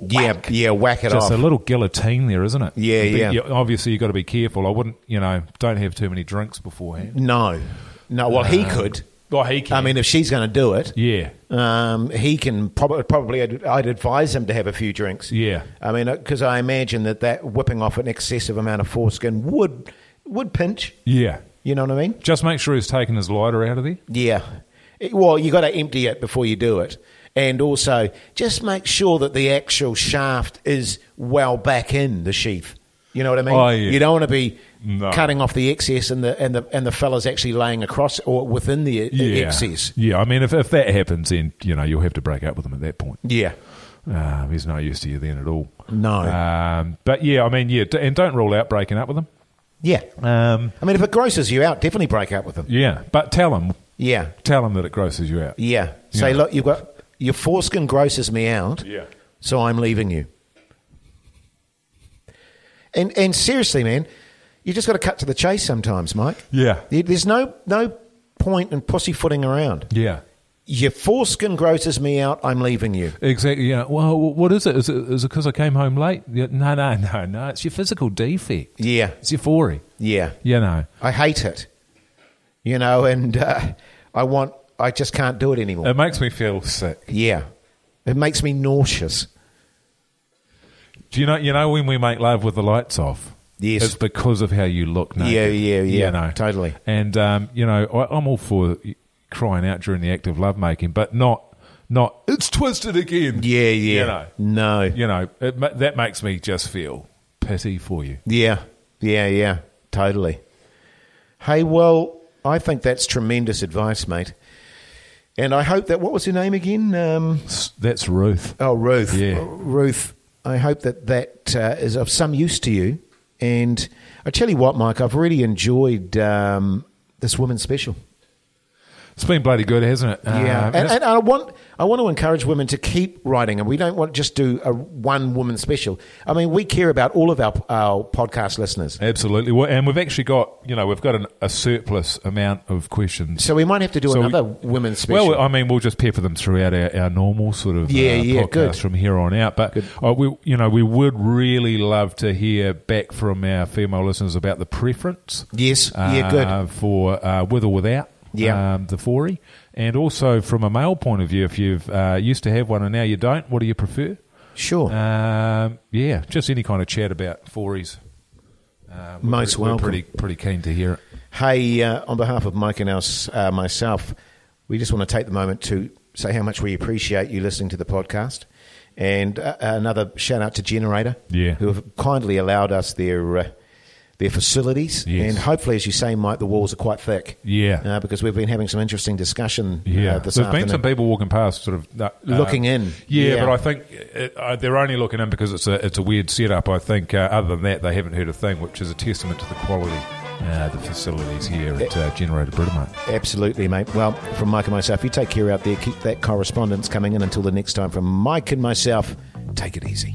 [SPEAKER 1] Yeah, yeah, whack it
[SPEAKER 2] just
[SPEAKER 1] off.
[SPEAKER 2] a little guillotine there, isn't it?
[SPEAKER 1] Yeah,
[SPEAKER 2] But
[SPEAKER 1] yeah.
[SPEAKER 2] you- obviously, you've got to be careful. I wouldn't, you know, don't have too many drinks beforehand.
[SPEAKER 1] no. No, well, he could.
[SPEAKER 2] Well, he can.
[SPEAKER 1] I mean, if she's going to do it,
[SPEAKER 2] yeah,
[SPEAKER 1] Um, he can prob- probably, I'd, I'd advise him to have a few drinks.
[SPEAKER 2] Yeah.
[SPEAKER 1] I mean, because I imagine that that whipping off an excessive amount of foreskin would would pinch.
[SPEAKER 2] yeah.
[SPEAKER 1] You know what I mean?
[SPEAKER 2] Just make sure he's taken his lighter out of there.
[SPEAKER 1] Yeah. It- well, you got to empty it before you do it, and also just make sure that the actual shaft is well back in the sheath. You know what I mean?
[SPEAKER 2] Oh, yeah.
[SPEAKER 1] You don't want to be
[SPEAKER 2] No.
[SPEAKER 1] cutting off the excess, and the and the and the fella's actually laying across or within the
[SPEAKER 2] Yeah,
[SPEAKER 1] excess.
[SPEAKER 2] yeah. I mean, if, if that happens, then you know you'll have to break up with him at that point.
[SPEAKER 1] Yeah.
[SPEAKER 2] Um, he's no use to you then at all.
[SPEAKER 1] No.
[SPEAKER 2] Um, but yeah, I mean, yeah, d- and don't rule out breaking up with him.
[SPEAKER 1] Yeah.
[SPEAKER 2] Um,
[SPEAKER 1] I mean, if it grosses you out, definitely break up with them.
[SPEAKER 2] yeah, but tell him,
[SPEAKER 1] Yeah,
[SPEAKER 2] tell him that it grosses you out.
[SPEAKER 1] yeah. Say,
[SPEAKER 2] Yeah.
[SPEAKER 1] look, you've got your foreskin grosses me out.
[SPEAKER 2] Yeah.
[SPEAKER 1] So I'm leaving you. And and seriously, man, you just got to cut to the chase sometimes, Mike.
[SPEAKER 2] Yeah.
[SPEAKER 1] There- There's no no point in pussyfooting around.
[SPEAKER 2] Yeah.
[SPEAKER 1] Your foreskin grosses me out. I'm leaving you.
[SPEAKER 2] Exactly. Yeah. Well, what is it? Is it is it because I came home late? Yeah, No, no, no, no. It's your physical defect.
[SPEAKER 1] Yeah,
[SPEAKER 2] It's your fory.
[SPEAKER 1] yeah.
[SPEAKER 2] You know.
[SPEAKER 1] I hate it. You know, and uh, I want. I just can't do it anymore.
[SPEAKER 2] It makes me feel sick.
[SPEAKER 1] yeah, it makes me nauseous.
[SPEAKER 2] Do you know? You know when we make love with the lights off.
[SPEAKER 1] Yes.
[SPEAKER 2] It's because of how you look naked.
[SPEAKER 1] Yeah, yeah, yeah,
[SPEAKER 2] You know.
[SPEAKER 1] totally.
[SPEAKER 2] And um, you know, I, I'm all for crying out during the act of lovemaking, but not not. It's twisted again.
[SPEAKER 1] Yeah, yeah.
[SPEAKER 2] You know.
[SPEAKER 1] No.
[SPEAKER 2] You know. It, ma- that makes me just feel pity for you.
[SPEAKER 1] Yeah, yeah, yeah, totally. Hey, well, I think that's tremendous advice, mate. And I hope that what was her name again? Um,
[SPEAKER 2] S- That's Ruth.
[SPEAKER 1] oh, Ruth.
[SPEAKER 2] Yeah.
[SPEAKER 1] Ruth. I hope that that uh, is of some use to you. And I tell you what, Mike, I've really enjoyed um, this women's special.
[SPEAKER 2] It's been bloody good, hasn't it?
[SPEAKER 1] Yeah,
[SPEAKER 2] Um,
[SPEAKER 1] and, and I want I want to encourage women to keep writing, and we don't want to just do a one woman special. I mean, we care about all of our our podcast listeners.
[SPEAKER 2] Absolutely, Well, and we've actually got you know we've got an, a surplus amount of questions.
[SPEAKER 1] So we might have to do
[SPEAKER 2] So we-
[SPEAKER 1] another women's special.
[SPEAKER 2] Well, I mean, we'll just pepper them throughout our, our normal sort of
[SPEAKER 1] Yeah,
[SPEAKER 2] uh,
[SPEAKER 1] yeah,
[SPEAKER 2] podcast
[SPEAKER 1] good.
[SPEAKER 2] from here on out. But uh, we, you know, we would really love to hear back from our female listeners about the preference.
[SPEAKER 1] Yes, yeah, good.
[SPEAKER 2] uh, For uh, with or without.
[SPEAKER 1] Yeah.
[SPEAKER 2] um, the foray, and also from a male point of view, if you've uh, used to have one and now you don't, what do you prefer?
[SPEAKER 1] Sure.
[SPEAKER 2] Um, yeah, just any kind of chat about forays. Uh, we're
[SPEAKER 1] Most
[SPEAKER 2] pretty, we're
[SPEAKER 1] welcome.
[SPEAKER 2] pretty pretty keen to hear it.
[SPEAKER 1] hey, uh, on behalf of Mike and us, uh, myself, we just want to take the moment to say how much we appreciate you listening to the podcast. And uh, another shout out to Generator,
[SPEAKER 2] Yeah.
[SPEAKER 1] who have kindly allowed us their uh, their facilities.
[SPEAKER 2] Yes.
[SPEAKER 1] And hopefully, as you say, Mike, the walls are quite thick.
[SPEAKER 2] Yeah.
[SPEAKER 1] uh, because we've been having some interesting discussion.
[SPEAKER 2] Yeah,
[SPEAKER 1] uh, this
[SPEAKER 2] there's
[SPEAKER 1] afternoon.
[SPEAKER 2] been some people walking past, sort of uh,
[SPEAKER 1] Looking in.
[SPEAKER 2] Yeah,
[SPEAKER 1] Yeah.
[SPEAKER 2] but I think it, uh, they're only looking in because it's a it's a weird setup. I think uh, other than that, they haven't heard a thing, which is a testament to the quality. Uh, the facilities here at
[SPEAKER 1] Eh.
[SPEAKER 2] uh, Generator Britomart.
[SPEAKER 1] Absolutely, mate. Well, from Mike and myself, you take care out there. Keep that correspondence coming in until the next time. From Mike and myself, take it easy.